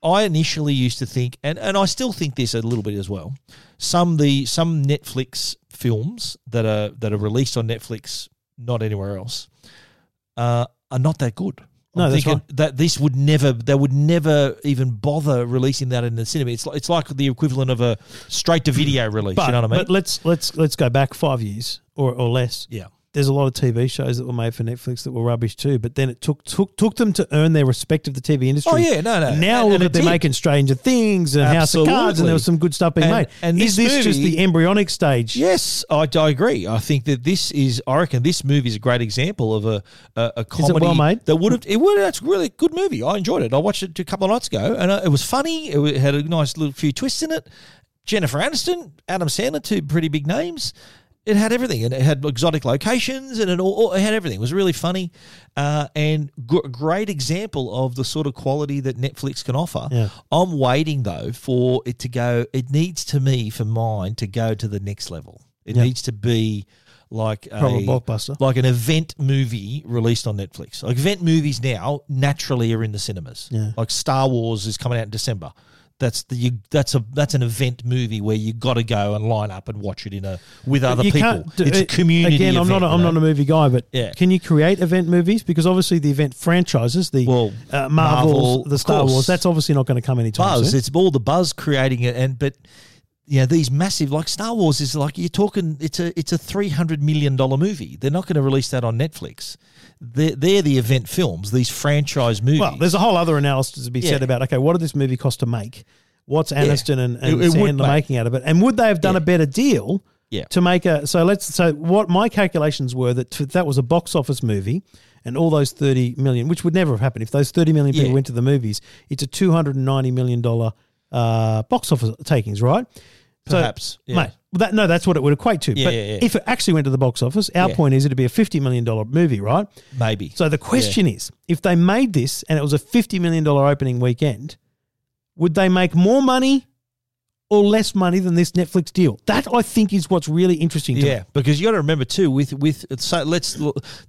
S1: I initially used to think, and, and I still think this a little bit as well. Some the some Netflix films that are that are released on Netflix, not anywhere else, uh, are not that good.
S2: No, that's
S1: thinking that this would never they would never even bother releasing that in the cinema. It's like, it's like the equivalent of a straight to video release.
S2: but,
S1: you know what I mean?
S2: but let's let's let's go back five years or or less.
S1: yeah,
S2: there's a lot of TV shows that were made for Netflix that were rubbish too. But then it took took took them to earn their respect of the TV industry.
S1: Oh, yeah, no, no.
S2: And now
S1: And-
S2: look
S1: and
S2: at
S1: it
S2: they're
S1: did.
S2: making Stranger Things and House of Cards, and
S1: Absolutely.
S2: there was some good stuff being
S1: And-
S2: made.
S1: and
S2: is
S1: this
S2: this just
S1: movie-
S2: the embryonic stage?
S1: Yes, I, I agree. I think that this is. I reckon this movie is a great example of a a, a comedy
S2: well made?
S1: that would have. It would. That's a really good movie. I enjoyed it. I watched it a couple of nights ago, and uh, it was funny. It wa- it had a nice little few twists in it. Jennifer Aniston, Adam Sandler, two pretty big names. It had everything, and it had exotic locations, and it all all- it had everything. It was really funny, uh, and gr- great example of the sort of quality that Netflix can offer.
S2: Yeah.
S1: I'm waiting though for it to go. It needs to me for mine to go to the next level. It
S2: Yeah.
S1: needs to be like uh, a,
S2: Proper blockbuster.
S1: like an event movie released on Netflix. Like event movies now naturally are in the cinemas.
S2: Yeah.
S1: Like Star Wars is coming out in December. That's the you, that's a that's an event movie where you got to go and line up and watch it in a with other
S2: You
S1: people.
S2: do-
S1: it's a
S2: it-
S1: community.
S2: Again, I'm
S1: event,
S2: not a,
S1: you
S2: I'm
S1: know?
S2: not a movie guy, but
S1: Yeah.
S2: can you create event movies? Because obviously the event franchises, the
S1: Well,
S2: uh, Marvels,
S1: Marvel,
S2: the
S1: of
S2: Star
S1: course.
S2: Wars, that's obviously not going to come anytime
S1: buzz.
S2: soon.
S1: It's all the buzz creating it, and but you know these massive like Star Wars is like you're talking. It's a it's a three hundred million dollar movie. They're not going to release that on Netflix. They're, they're the event films. These franchise movies.
S2: Well, there's a whole other analysis to be said
S1: Yeah.
S2: about okay, what did this movie cost to make? What's Aniston and, and
S1: It- it would
S2: Sandler
S1: make-
S2: making out of it? And would they have done
S1: Yeah.
S2: a better deal
S1: Yeah.
S2: to make a? So let's so what my calculations were that t- that was a box office movie, and all those thirty million, which would never have happened if those thirty million people
S1: Yeah.
S2: went to the movies. It's a two hundred and ninety million dollar uh, box office takings, right? So,
S1: Perhaps, yeah.
S2: mate. well, That, no, that's what it would equate to.
S1: Yeah,
S2: but
S1: yeah, yeah.
S2: if it actually went to the box office, our
S1: Yeah.
S2: point is it'd be a fifty million dollar movie, right?
S1: maybe.
S2: So the question is, if they made this and it was a fifty million dollar opening weekend, would they make more money or less money than this Netflix deal? That I think is what's really interesting. To
S1: yeah,
S2: me.
S1: because you got to remember too with with so let's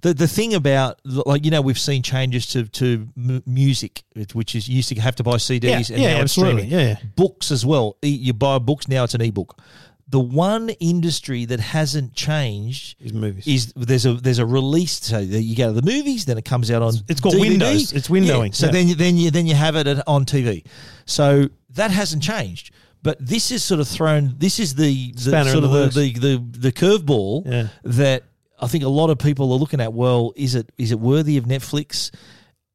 S1: the the thing about like you know we've seen changes to to m- music which is you used to have to buy CDs
S2: Yeah,
S1: and
S2: yeah,
S1: now it's
S2: absolutely,
S1: streaming.
S2: yeah.
S1: books as well E- you buy books now it's an ebook. The one industry that hasn't changed
S2: Is movies.
S1: Is there's a there's a release so that you go to the movies then it comes out on
S2: It's called
S1: DVD.
S2: windows. It's windowing,
S1: Yeah, so
S2: yeah.
S1: then you, then you then you have it at, on TV. So that hasn't changed. But this is sort of thrown. This is the, the
S2: Spanner in
S1: sort of
S2: the
S1: the,
S2: works.
S1: the the the curveball
S2: Yeah.
S1: that I think a lot of people are looking at. Well, is it is it worthy of Netflix?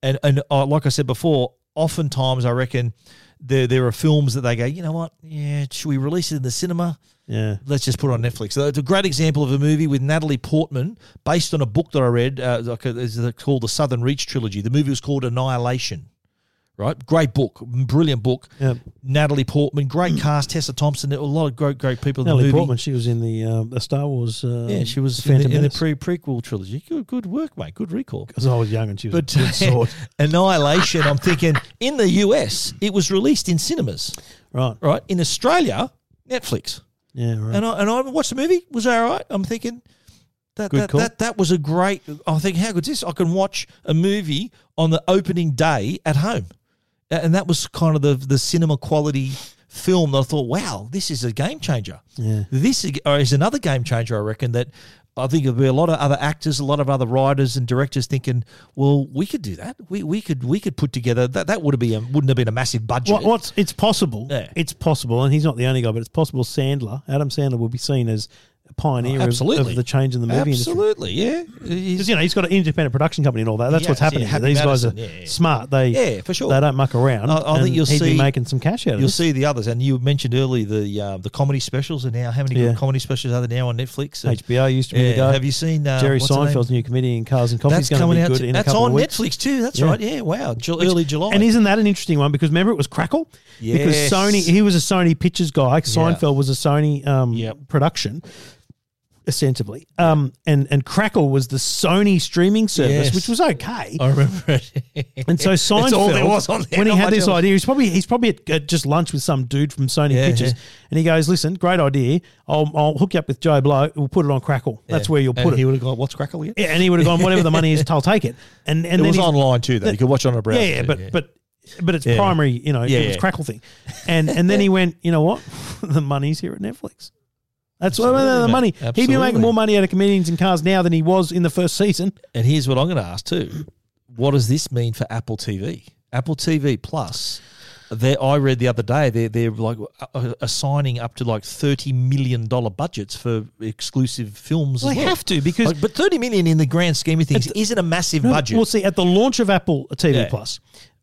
S1: And and uh, like I said before, oftentimes I reckon there there are films that they go, you know what? Yeah, should we release it in the cinema?
S2: Yeah.
S1: Let's just put it on Netflix. So it's a great example of a movie with Natalie Portman, based on a book that I read, uh, like a, it's called the Southern Reach trilogy. The movie was called Annihilation. Right, great book, brilliant book.
S2: Yeah.
S1: Natalie Portman, great cast. Tessa Thompson, a lot of great, great people in the
S2: Natalie
S1: movie.
S2: Portman, she was in the uh, the Star Wars. Uh,
S1: Yeah, she was in
S2: Phantom
S1: the, in the
S2: Menace.
S1: pre prequel trilogy. Good, good work, mate. Good recall.
S2: 'Cause I was young and she was
S1: But
S2: a good sort.
S1: uh, Annihilation, I'm thinking in the US, it was released in cinemas,
S2: right.
S1: right? In Australia, Netflix.
S2: Yeah. Right.
S1: And I and I watched the movie. Was all right. I'm thinking that
S2: Good
S1: that,
S2: call.
S1: that that was a great. I think how good is this? I can watch a movie on the opening day at home, A- and that was kind of the the cinema quality film. That I thought, wow, this is a game changer.
S2: Yeah.
S1: This is or is another game changer. I reckon that. I think there'll be a lot of other actors, a lot of other writers and directors thinking, "Well, we could do that. We, we could we could put together that that would have been a, wouldn't have been a massive budget."
S2: What, what's it's possible?
S1: Yeah.
S2: It's possible, and he's not the only guy, but it's possible. Sandler, Adam Sandler, will be seen as a pioneer of-
S1: Absolutely,
S2: of, the change in the movie industry.
S1: Absolutely, yeah. He's-
S2: Because you know he's got an independent production company and all that. That's
S1: He
S2: what's
S1: has,
S2: happening.
S1: yeah.
S2: here. These
S1: Happy
S2: guys are
S1: Madison, yeah, yeah.
S2: smart. They
S1: Yeah, for sure.
S2: They don't muck around.
S1: I- I think
S2: and
S1: you'll
S2: he'd be
S1: see-
S2: making some cash out of
S1: You'll
S2: this.
S1: see the others, and you mentioned earlier the uh, the comedy specials, and now how many
S2: Yeah.
S1: good comedy specials are there now on Netflix? And-
S2: HBO used to be the
S1: Yeah,
S2: guy.
S1: Have you seen uh,
S2: Jerry
S1: what's her name?
S2: Seinfeld's new comedian in Cars and Coffee?
S1: That's
S2: going to
S1: coming
S2: be
S1: out.
S2: good
S1: to-
S2: in
S1: that's
S2: a couple
S1: on
S2: of weeks.
S1: Netflix too. That's
S2: Yeah.
S1: right. Yeah. Wow. Ju- early July.
S2: And isn't that an interesting one? Because remember, it was Crackle. Because
S1: Yes.
S2: Sony, he was a Sony Pictures guy. Seinfeld was a Sony um,
S1: Yep.
S2: production, ostensibly. Um, and and Crackle was the Sony streaming service,
S1: Yes.
S2: which was okay.
S1: I remember it.
S2: And so Seinfeld,
S1: all there was on there,
S2: when he
S1: not
S2: had
S1: much
S2: this
S1: else.
S2: idea, he's probably he's probably at, at just lunch with some dude from Sony
S1: Yeah,
S2: Pictures,
S1: yeah.
S2: and he goes, "Listen, great idea. I'll, I'll hook you up with Joe Blow. We'll put it on Crackle. That's where you'll
S1: And
S2: put
S1: He
S2: it."
S1: would have got what's crackle yet?
S2: Yeah, and he would have gone, "Whatever the money is, I'll take it." And and
S1: It
S2: then
S1: was
S2: he's-
S1: online too, though. you could watch it on a browser.
S2: Yeah, yeah,
S1: too,
S2: but but but it's
S1: Yeah.
S2: primary. You know,
S1: Yeah,
S2: it was
S1: yeah.
S2: Crackle thing, and and then he went, "You know what? the money's here at Netflix." That's where the
S1: Absolutely,
S2: money.
S1: mate.
S2: He'd be making
S1: Absolutely.
S2: more money out of comedians and cars now than he was in the first season.
S1: and here's what I'm going to ask too: What does this mean for Apple TV? Apple TV Plus they I read the other day they're they're like uh, uh, assigning up to like thirty million dollar budgets for exclusive films.
S2: Well,
S1: as
S2: they
S1: well.
S2: have to, because-
S1: Like, but thirty million in the grand scheme of things isn't a massive
S2: No,
S1: budget.
S2: Well, see, at the launch of Apple TV
S1: Yeah.
S2: Plus,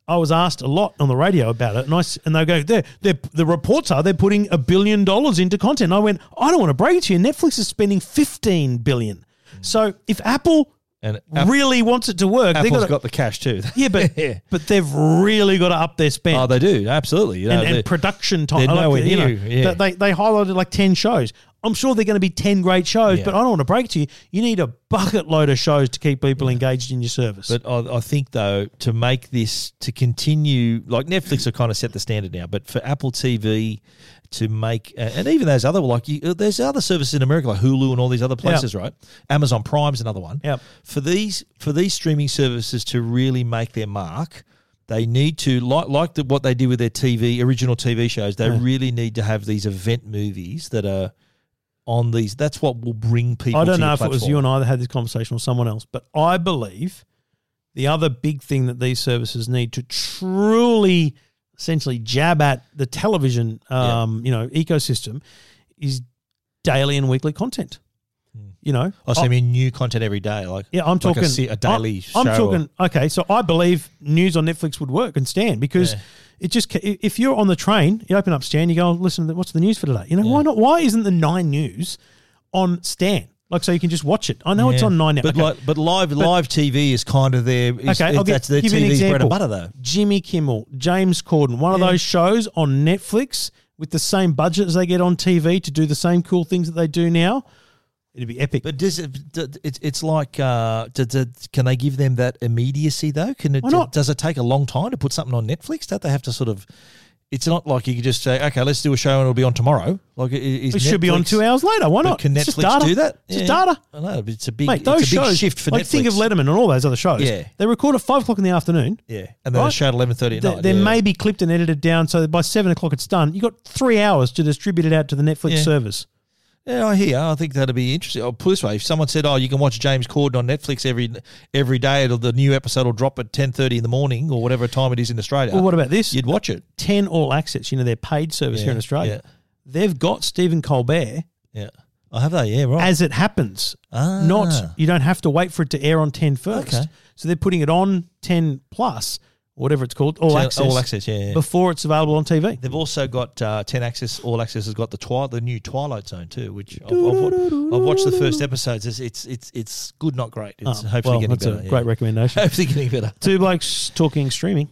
S2: I was asked a lot on the radio about it, and I s- and they go, "They're, they're, the reports are they're putting a billion dollars into content." I went, "I don't want to break it to you. Netflix is spending fifteen billion. So if Apple
S1: and Apple,
S2: really wants it to work, they
S1: Apple's
S2: got,
S1: got, the cash too.
S2: yeah, but
S1: Yeah.
S2: but they've really got to up their spend.
S1: oh, they do absolutely. You know,
S2: and, and
S1: they-
S2: production time.
S1: they're
S2: I like
S1: nowhere
S2: the- you
S1: near,
S2: know,
S1: yeah.
S2: they, they highlighted like 10 shows. I'm sure they're going to be 10 great shows,
S1: Yeah.
S2: but I don't want to break it to you. You need a bucket load of shows to keep people engaged in your service.
S1: But I, I think though to make this to continue, like Netflix have kind of set the standard now, but for Apple TV to make uh, and even those other like you, uh, there's other services in America like Hulu and all these other places, right? Amazon Prime's another one.
S2: Yep.
S1: For these for these streaming services to really make their mark. They need to like like the, what they did with their TV original TV shows. They really need to have these event movies that are on these. That's what will bring people.
S2: I don't
S1: to
S2: know
S1: your
S2: if it was
S1: platform.
S2: you and I that had this conversation or someone else, but I believe the other big thing that these services need to truly essentially jab at the television um, you know ecosystem is daily and weekly content. You know,
S1: Oh, so I mean, new content every day, like
S2: Yeah, I'm
S1: like
S2: talking
S1: a, se- a daily.
S2: I'm,
S1: show
S2: I'm
S1: or-
S2: talking. Okay, so I believe news on Netflix would work and Stan because
S1: Yeah.
S2: it just ca- if you're on the train, you open up Stan, you go "Oh, listen to the, what's the news for today. You know why not? Why isn't the Nine News on Stan? Like so you can just watch it. I know it's
S1: Yeah.
S2: on Nine now.
S1: but
S2: Okay.
S1: like, but live live TV is kind of their is,
S2: Okay, I'll gi-
S1: that's their
S2: give you an
S1: TV's bread
S2: example.
S1: and butter though.
S2: Jimmy Kimmel, James Corden, one of those shows on Netflix with the same budget as they get on TV to do the same cool things that they do now. It'd be epic.
S1: But does it, d- d- it's it's like uh, d- d- can they give them that immediacy though? Can it
S2: Why not?
S1: does it take a long time to put something on Netflix? Don't they have to sort of? It's not like you could just say, okay, let's do a show and it'll be on tomorrow. Like it,
S2: it should be on two hours later. Why not?
S1: Can
S2: It's just
S1: Netflix
S2: data.
S1: do that?
S2: It's just
S1: Yeah.
S2: data.
S1: I know, but it's a big,
S2: Mate, those
S1: it's a big
S2: shows,
S1: shift for
S2: like
S1: Netflix.
S2: think of Letterman and all those other shows.
S1: Yeah.
S2: they record at five o'clock in the afternoon.
S1: yeah, and then
S2: Right?
S1: a show at eleven thirty at
S2: They,
S1: night.
S2: they
S1: yeah.
S2: may be clipped and edited down, so that by seven o'clock it's done. You got three hours to distribute it out to the Netflix
S1: Yeah.
S2: service.
S1: Yeah, I hear. I think that'd be interesting. I'll put it this way: if someone said, "Oh, you can watch James Corden on Netflix every every day, it'll, the new episode will drop at ten thirty in the morning or whatever time it is in Australia,"
S2: Well, what about this?
S1: you'd watch it.
S2: Ten All Access, you know, their paid service
S1: Yeah,
S2: here in Australia.
S1: yeah.
S2: They've got Stephen Colbert
S1: Yeah, I have that. Yeah, right.
S2: as it happens.
S1: Ah.
S2: Not you don't have to wait for it to air on ten first.
S1: Okay.
S2: So they're putting it on ten plus, whatever it's called, all
S1: So,
S2: access,
S1: All access. Yeah. yeah.
S2: before it's available on TV.
S1: They've also got uh, Ten Access. All Access has got the twi- the new Twilight Zone too, which I've, I've, wa- I've watched the first episodes. It's it's it's, it's good, not great. It's
S2: Oh,
S1: hopefully
S2: well,
S1: getting
S2: that's
S1: better.
S2: a
S1: yeah.
S2: great recommendation.
S1: Hopefully getting better.
S2: Two blokes talking streaming.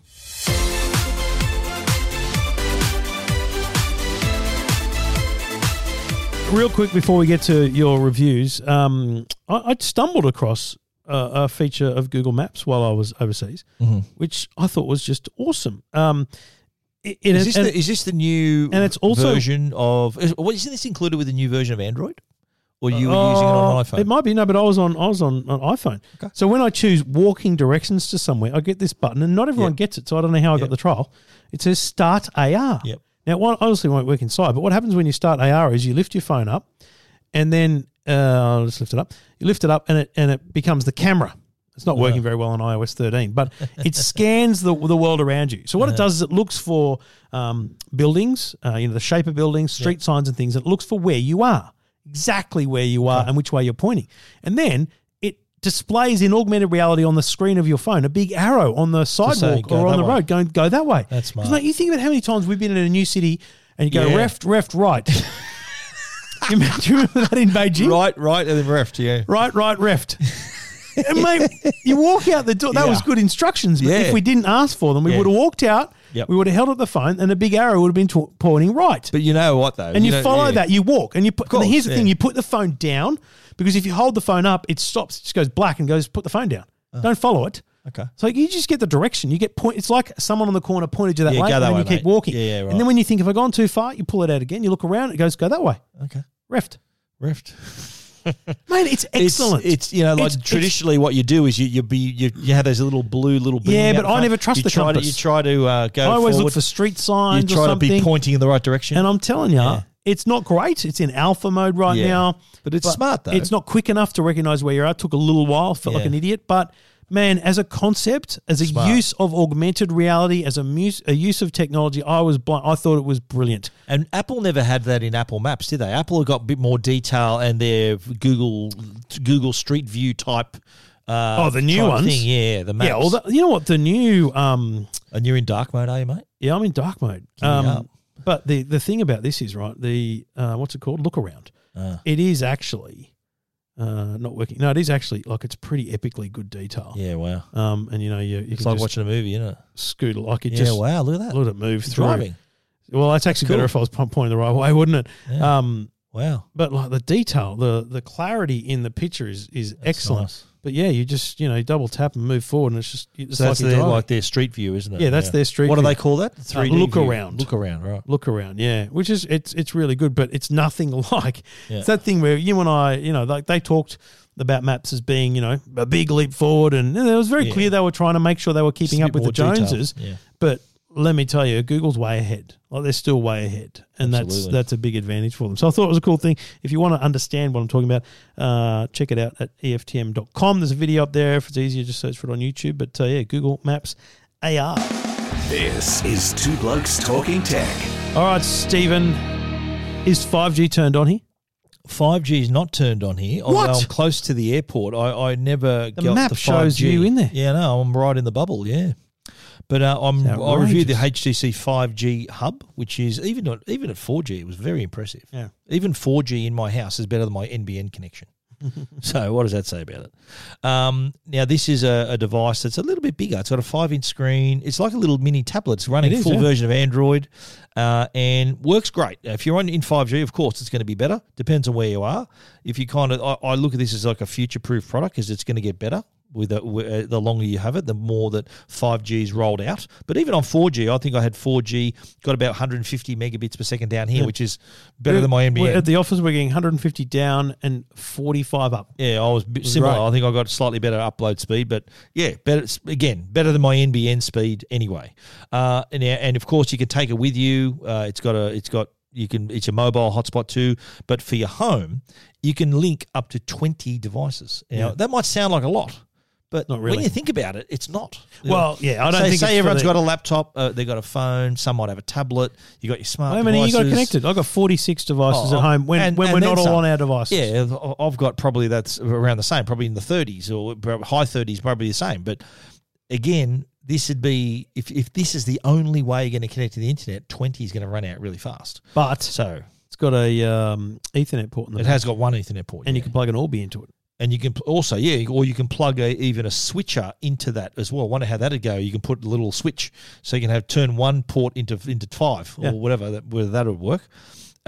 S2: Real quick before we get to your reviews, um, I, I stumbled across a, a feature of Google Maps while I was overseas,
S1: Mm-hmm.
S2: which I thought was just awesome. Um, it, it-
S1: Is this,
S2: and-
S1: the, is this the new
S2: and it's also-
S1: version of? Is, well, isn't this included with the new version of Android? Or you were using it on
S2: Uh,
S1: an iPhone?
S2: It might be no, but I was on I was on, on iPhone.
S1: Okay.
S2: So when I choose walking directions to somewhere, I get this button, and not everyone
S1: Yep.
S2: gets it. So I don't know how I got
S1: Yep.
S2: the trial. It says start AR.
S1: Yep.
S2: Now, one obviously won't work inside, but what happens when you start AR is you lift your phone up, and then uh, I'll just lift it up. You lift it up, and it and it becomes the camera. It's not
S1: Uh-huh.
S2: working very well on iOS 13, but it scans the, the world around you. So what
S1: Uh-huh.
S2: it does is it looks for um, buildings, uh, you know, the shape of buildings, street signs, and things. It looks for where you are, exactly where you
S1: Uh-huh.
S2: are, and which way you're pointing. And then it displays in augmented reality on the screen of your phone a big arrow on the
S1: say,
S2: sidewalk
S1: "Go
S2: or on
S1: that
S2: the
S1: way."
S2: road, going go that way.
S1: That's
S2: 'Cause,
S1: smart.
S2: mate, you think about how many times we've been in a new city and you go
S1: Yeah.
S2: left, left, right. you remember, do you remember that in Beijing?
S1: Right, right, and then left, yeah.
S2: right, right, left. and mate, you walk out the door. That
S1: Yeah.
S2: was good instructions, but
S1: Yeah.
S2: if we didn't ask for them, we
S1: Yeah.
S2: would have walked out.
S1: Yep.
S2: We would have held up the phone, and a big arrow would have been to- pointing right.
S1: But you know what though?
S2: and you,
S1: don't-
S2: follow
S1: yeah.
S2: that. You walk, and you put.
S1: course,
S2: and here's the thing:
S1: yeah.
S2: you put the phone down because if you hold the phone up, it stops. It just goes black and goes. Put the phone down.
S1: Ah.
S2: Don't follow it.
S1: Okay.
S2: So you just get the direction. You get point. It's like someone on the corner pointed you that
S1: Yeah,
S2: way,
S1: go
S2: and
S1: that
S2: then
S1: way,
S2: you
S1: mate.
S2: keep walking.
S1: Yeah, yeah,
S2: And
S1: right.
S2: then when you think, have I gone too far? You pull it out again. You look around. It goes, go that way.
S1: Okay.
S2: Left.
S1: Left.
S2: Mate, it's
S1: It's-
S2: excellent.
S1: It's, you know like
S2: It's- it's-
S1: traditionally what you do is you you be you, you have those little blue little beam
S2: Yeah,
S1: out
S2: but
S1: front.
S2: I never trust
S1: you
S2: the
S1: try
S2: compass.
S1: To, you try to uh, go.
S2: I always
S1: forward.
S2: look for street
S1: You
S2: signs
S1: try
S2: or
S1: to
S2: something.
S1: be pointing in the right direction.
S2: and I'm telling you,
S1: Yeah.
S2: it's not great. It's in alpha mode right
S1: Yeah.
S2: now.
S1: But it's smart, though.
S2: It's not quick enough to recognize where you are. It took a little while. Felt like
S1: Yeah.
S2: an idiot, but man, as a concept, as a
S1: Smart.
S2: use of augmented reality, as a, mus- a use of technology, I was blind. I thought it was brilliant.
S1: And Apple never had that in Apple Maps, did they? Apple have got a bit more detail and their Google Google Street View type. Uh,
S2: Oh, the new
S1: type
S2: ones?
S1: Thing. Yeah, the maps.
S2: Yeah, all the, you know what? The new, um,
S1: and you're in dark mode, are you, mate?
S2: yeah, I'm in dark mode.
S1: me up.
S2: Um, but the the thing about this is right. The uh, what's it called? Look around.
S1: Uh,
S2: It is actually uh, not working. No, it is actually like it's pretty epically good detail.
S1: yeah, wow.
S2: Um, and you know you, you
S1: It's
S2: can
S1: like
S2: just
S1: watching a movie, isn't it?
S2: scoot like it
S1: yeah,
S2: just
S1: wow. Look at that.
S2: let it move
S1: It's
S2: through.
S1: driving.
S2: Well, that's actually
S1: Cool.
S2: better if I was pom- pointing the right way, wouldn't it?
S1: Yeah.
S2: Um,
S1: Wow.
S2: but like the detail, the the clarity in the picture is is
S1: That's
S2: excellent.
S1: nice.
S2: But yeah, you just you know you double tap and move forward, and it's just it's
S1: So
S2: like
S1: that's
S2: you're
S1: their
S2: driving.
S1: like their Street View, isn't it?
S2: Yeah, that's their Street
S1: What do
S2: View. Uh,
S1: they call that? Three
S2: look around.
S1: Look around. Right.
S2: look around. Yeah, which is it's it's really good, but it's nothing like
S1: Yeah.
S2: it's that thing where you and I, you know, like they talked about maps as being you know a big leap forward, and it was very
S1: Yeah.
S2: clear they were trying to make sure they were keeping
S1: Just a
S2: up
S1: bit
S2: with the
S1: more detail.
S2: Joneses.
S1: Yeah.
S2: But let me tell you, Google's way ahead. Like they're still way ahead, and that's
S1: Absolutely.
S2: that's a big advantage for them. So I thought it was a cool thing. If you want to understand what I'm talking about, uh, check it out at eftm.com. There's a video up there. If it's easier, just search for it on YouTube. But uh, yeah, Google Maps AR.
S3: This is Two Blokes Talking Tech.
S2: All right, Stephen, is 5G turned on here?
S1: Five G is not turned on here. Although
S2: What?
S1: I'm close to the airport. I, I never
S2: The
S1: got
S2: map
S1: the 5G.
S2: shows you in there.
S1: Yeah, no, I'm right in the bubble. Yeah, but uh, I'm
S2: It's
S1: I reviewed the
S2: outrageous.
S1: HTC Five G hub, which is even at, even at four G, it was very impressive.
S2: Yeah.
S1: even four G in my house is better than my NBN connection. so what does that say about it? Um, now this is a, a device that's a little bit bigger. It's got a five-inch screen. It's like a little mini tablet. It's running
S2: It is,
S1: full
S2: yeah.
S1: version of Android, uh, and works great. If you're on in five G, of course, it's going to be better. Depends on where you are. If you kind of, I, I look at this as like a future-proof product because it's going to get better. With the, with, uh, the longer you have it, the more that 5G is rolled out. But even on 4G, I think I had 4G, got about 150 megabits per second down here, which is better than my NBN.
S2: We're- At the office, we're getting 150 down and 45 up.
S1: Yeah, I was a bit similar.
S2: Right.
S1: I think I got slightly better upload speed, but yeah, better again, better than my NBN speed anyway. Uh, and yeah, and of course you can take it with you. Uh, it's got a, it's got you can it's a mobile hotspot too, but for your home you can link up to twenty devices. Now that might sound like a lot, but
S2: Not
S1: when
S2: really.
S1: you think about it, it's not.
S2: Well, yeah, I don't
S1: say,
S2: think
S1: say
S2: it's for
S1: everyone's
S2: the-
S1: got a laptop, uh, they've got a phone, some might have a tablet. You got your smart.
S2: How many you got
S1: devices.
S2: connected? I've got 46 devices
S1: Oh,
S2: at home when,
S1: and-
S2: when
S1: and
S2: we're
S1: then
S2: not all
S1: some.
S2: on our devices.
S1: Yeah, I- I've got probably that's around the same, probably in the 30s or prob- high 30s, probably the same. But again, this would be if, if this is the only way you're going to connect to the internet, 20 is going to run out really fast.
S2: But
S1: So
S2: it's got a um, Ethernet port in the
S1: it
S2: back,
S1: has got one Ethernet port,
S2: and
S1: yeah.
S2: you can plug an Orbi into it.
S1: and you can pl- also yeah, or you can plug a, even a switcher into that as well. Wonder how that'd go. You can put a little switch, so you can have turn one port into into five or
S2: Yeah.
S1: whatever that whether that would work.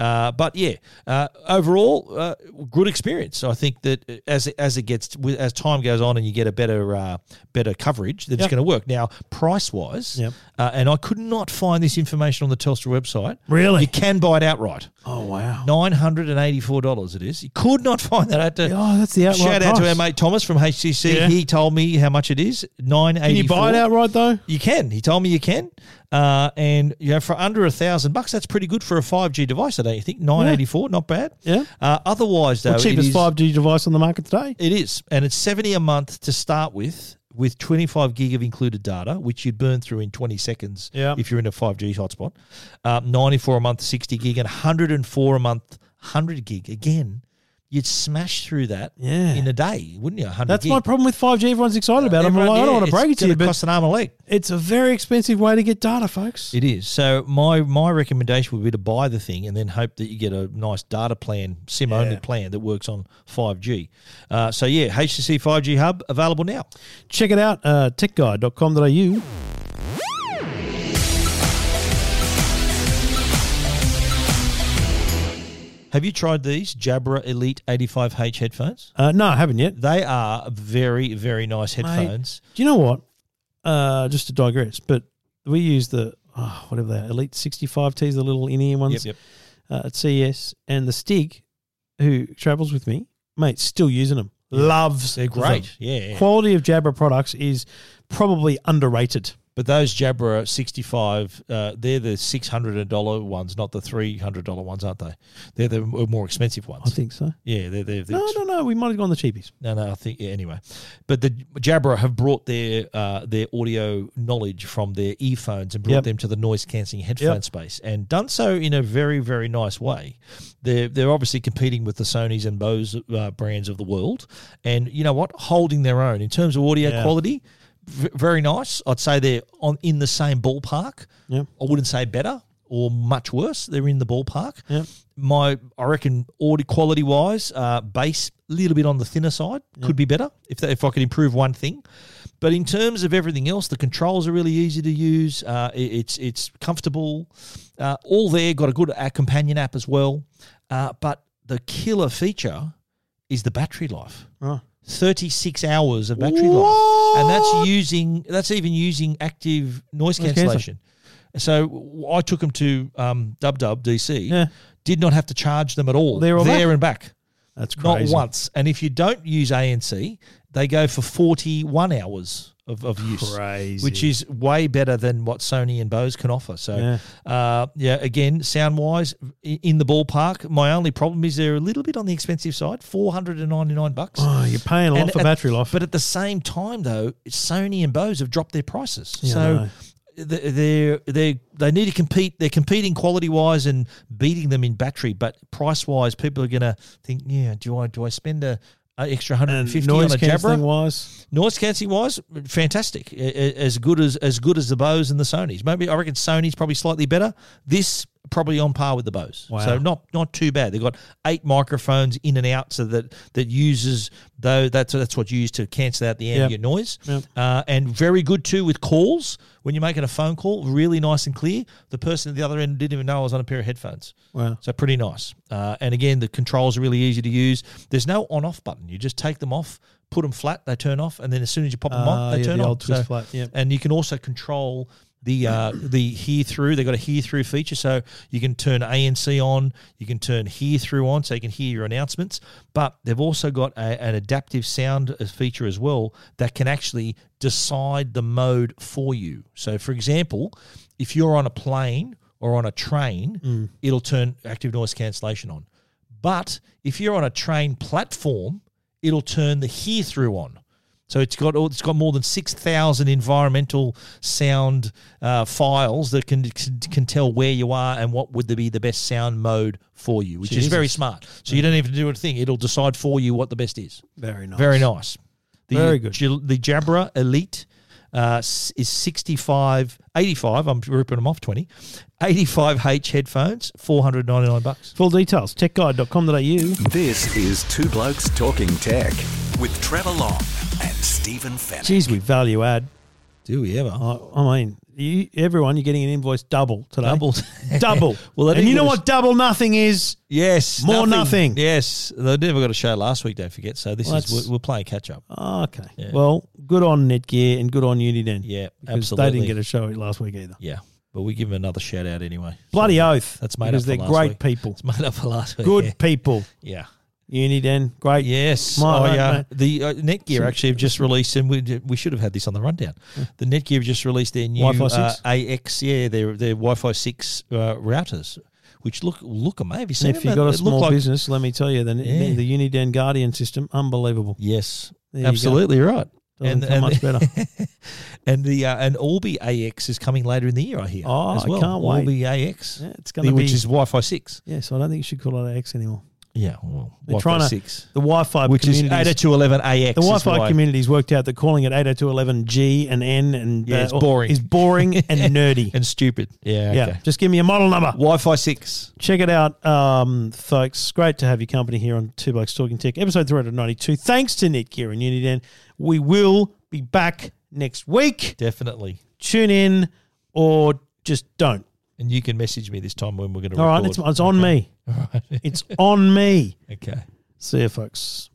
S1: Uh, but yeah, uh, overall, uh, good experience. I think that uh, as it- as it gets as time goes on and you get a better uh, better coverage, then
S2: Yeah.
S1: it's going to work. Now, price wise,
S2: Yep.
S1: uh, and I could not find this information on the Telstra website.
S2: Really?
S1: you can buy it outright.
S2: Oh, wow.
S1: Nine hundred and eighty-four dollars. It is. You could not find that. I had to
S2: Oh, that's the outright
S1: Shout out to
S2: price.
S1: our mate Thomas from HCC.
S2: Yeah.
S1: He told me how much it is. Nine eighty.
S2: Can you buy it outright, though?
S1: You can. He told me you can. Uh, and you know, for under a thousand bucks, that's pretty good for a five G device. I don't you think nine eighty four, not bad.
S2: Yeah.
S1: Uh, otherwise, though,
S2: The
S1: it
S2: cheapest
S1: is-
S2: 5G device on the market today.
S1: it is, and it's seventy a month to start with, with twenty five gig of included data, which you'd burn through in twenty seconds
S2: Yeah.
S1: if you're in a five G hotspot. Uh, Ninety four a month, sixty gig, and hundred and four a month, hundred gig. Again, you'd smash through that
S2: Yeah.
S1: in a day, wouldn't you? Hundred.
S2: That's my problem with 5G. Everyone's excited about it. I'm
S1: Everyone-
S2: like, I
S1: yeah,
S2: don't want to
S1: it's
S2: break it to
S1: gonna
S2: you, but
S1: cost an arm and a leg.
S2: it's a very expensive way to get data, folks.
S1: It is. So my my recommendation would be to buy the thing and then hope that you get a nice data plan, SIM only
S2: Yeah.
S1: plan that works on five G. Uh, so yeah, HTC five G Hub available now.
S2: Check it out, uh, techguide.com.au.
S1: Have you tried these Jabra Elite eighty five H headphones?
S2: Uh, no, I haven't yet.
S1: They are very very nice headphones.
S2: Do you know what? Uh, just to digress, but we use the oh, whatever they are, Elite 65Ts, the little in ear ones
S1: Yep, yep.
S2: Uh, at CES, and the Stig, who travels with me, mate, still using them. Loves
S1: They're
S2: them.
S1: great. Yeah. yeah.
S2: Quality of Jabra products is probably underrated.
S1: But those Jabra 65, uh, they're the $600 ones, not the $300 ones, aren't they? They're the m- more expensive ones.
S2: I think so.
S1: yeah, they're, they're the
S2: No, no, no. We might have gone the cheapies.
S1: no, no, I think yeah, anyway. But the Jabra have brought their uh, their audio knowledge from their earphones and brought
S2: Yep.
S1: them to the noise cancelling headphone
S2: Yep.
S1: space and done so in a very very nice way. They're they're obviously competing with the Sony's and Bose uh, brands of the world, and you know what, holding their own in terms of audio
S2: Yeah.
S1: quality. v- Very nice. I'd say they're on in the same ballpark.
S2: Yep.
S1: I wouldn't say better or much worse. They're in the ballpark
S2: Yep.
S1: my I reckon audio quality wise, uh, bass a little bit on the thinner side could be better if that, if I could improve one thing. But in terms of everything else, the controls are really easy to use. Uh, it- it's it's comfortable. Uh, all there got a good uh, companion app as well. Uh, but the killer feature is the battery life.
S2: Right.
S1: 36 hours of battery life. And that's using that's even using active noise
S2: Noise cancel.
S1: cancellation. So w- I took them to um, Dub Dub DC.
S2: Yeah.
S1: Did not have to charge them at all.
S2: There or
S1: there and back.
S2: That's
S1: Not
S2: crazy.
S1: once. And if you don't use ANC, they go for 41 hours of, of use.
S2: Crazy.
S1: Which is way better than what Sony and Bose can offer. So,
S2: Yeah.
S1: Uh, yeah again, sound wise, in the ballpark. My only problem is they're a little bit on the expensive side, four hundred and ninety nine bucks.
S2: Oh, you're paying a lot
S1: And
S2: for
S1: at-
S2: battery life.
S1: But at the same time, though, Sony and Bose have dropped their prices.
S2: Yeah, I
S1: so
S2: know.
S1: th- they're they they need to compete. They're competing quality wise and beating them in battery, but price wise, people are going to think, yeah, do I do I spend a, a extra hundred and
S2: and
S1: fifty on
S2: noise
S1: a Jabra?
S2: cancelling wise,
S1: Noise cancelling wise, fantastic. A- a- As good as as good as the Bose and the Sony's. Maybe I reckon Sony's probably slightly better. This probably on par with the Bose.
S2: Wow.
S1: So not not too bad. They've got eight microphones in and out, so that that uses though that's that's what's used to cancel out the
S2: Yep.
S1: ambient noise.
S2: Yep.
S1: Uh, and very good too with calls when you're making a phone call, really nice and clear. The person at the other end didn't even know I was on a pair of headphones.
S2: wow.
S1: So pretty nice. Uh, and again, the controls are really easy to use. There's no on-off button. You just take them off, put them flat, they turn off, and then as soon as you pop them
S2: Ah,
S1: on, they
S2: yeah,
S1: turn
S2: the
S1: on.
S2: old twist
S1: So-
S2: flat, yeah.
S1: And you can also control the uh, the hear through. They've got a hear through feature, so you can turn ANC on, you can turn hear through on, so you can hear your announcements. But they've also got a, an adaptive sound uh, feature as well that can actually decide the mode for you. So, for example, if you're on a plane or on a train,
S2: Mm.
S1: it'll turn active noise cancellation on. But if you're on a train platform, it'll turn the hear through on. So it's got all, it's got more than six thousand environmental sound uh, files that can, can can tell where you are and what would be the best sound mode for you, which is very
S2: Jesus.
S1: smart. So you don't even do a thing; it'll decide for you what the best is.
S2: Very nice.
S1: Very nice. The,
S2: Very good.
S1: Jil- the Jabra Elite uh, s- is 65, 85, I'm ripping them off 20, 85H headphones, 499 bucks.
S2: Full details, techguide.com.au.
S3: This is Two Blokes Talking Tech with Trevor Long and Stephen Fenn.
S2: Geez, we value add.
S1: Do we ever?
S2: I, I mean, you, everyone, you're getting an invoice double today.
S1: Double.
S2: double.
S1: Well,
S2: well,
S1: that
S2: and you know
S1: invoice-
S2: what double nothing is?
S1: Yes.
S2: More nothing.
S1: Yes. They never got a show last week, don't forget. So this
S2: Well,
S1: is,
S2: that's-
S1: we're, we're playing catch up.
S2: Oh, okay. Well, good on Netgear and good on Uniden.
S1: Yeah,
S2: because
S1: absolutely.
S2: They didn't get a show last week either.
S1: Yeah. But we give them another shout out anyway.
S2: Bloody oath.
S1: That's made up
S2: because
S1: for
S2: they're
S1: last
S2: great
S1: week.
S2: people.
S1: It's made up for last week.
S2: Good
S1: Yeah.
S2: people.
S1: yeah.
S2: Uniden, great.
S1: Yes.
S2: My,
S1: oh,
S2: mate,
S1: yeah.
S2: mate.
S1: The uh, Netgear actually have just released, and we, we should have had this on the rundown. The Netgear have just released their new
S2: Hmm. Wi-Fi six?
S1: Uh, AX, yeah, their their Wi-Fi six uh, routers, which look look amazing. Have you seen
S2: If
S1: them?
S2: you've got
S1: They
S2: a
S1: look
S2: small
S1: like-
S2: business, let me tell you, the,
S1: Yeah.
S2: the Uniden Guardian system, unbelievable.
S1: yes,
S2: There you go.
S1: absolutely right.
S2: Doesn't come much better.
S1: and the uh, and Orbi AX is coming later in the year, Ah, I hear.
S2: Oh,
S1: as
S2: I
S1: well.
S2: can't wait.
S1: Orbi AX,
S2: Yeah, it's gonna
S1: which
S2: be-
S1: is Wi-Fi six.
S2: Yes, I don't think you should call it X anymore.
S1: Yeah, well,
S2: They're
S1: Wi-Fi
S2: trying to-
S1: six,
S2: The Wi-Fi
S1: which is
S2: community
S1: eight hundred two eleven AX.
S2: The
S1: is
S2: Wi-Fi
S1: why-
S2: community's worked out that calling it 802.11g and n and uh,
S1: Yeah, it's boring.
S2: is boring and nerdy.
S1: and stupid. Yeah,
S2: Yeah,
S1: okay.
S2: just give me a model number.
S1: Wi-Fi six.
S2: Check it out, um, folks. Great to have your company here on Two Blokes Talking Tech, episode 392. Thanks to Netgear and Uniden. We will be back next week.
S1: Definitely.
S2: Tune in or just don't.
S1: And you can message me this time when we're going to
S2: All
S1: record.
S2: right, it's, it's on me.
S1: All right.
S2: It's on me.
S1: okay.
S2: See you, folks.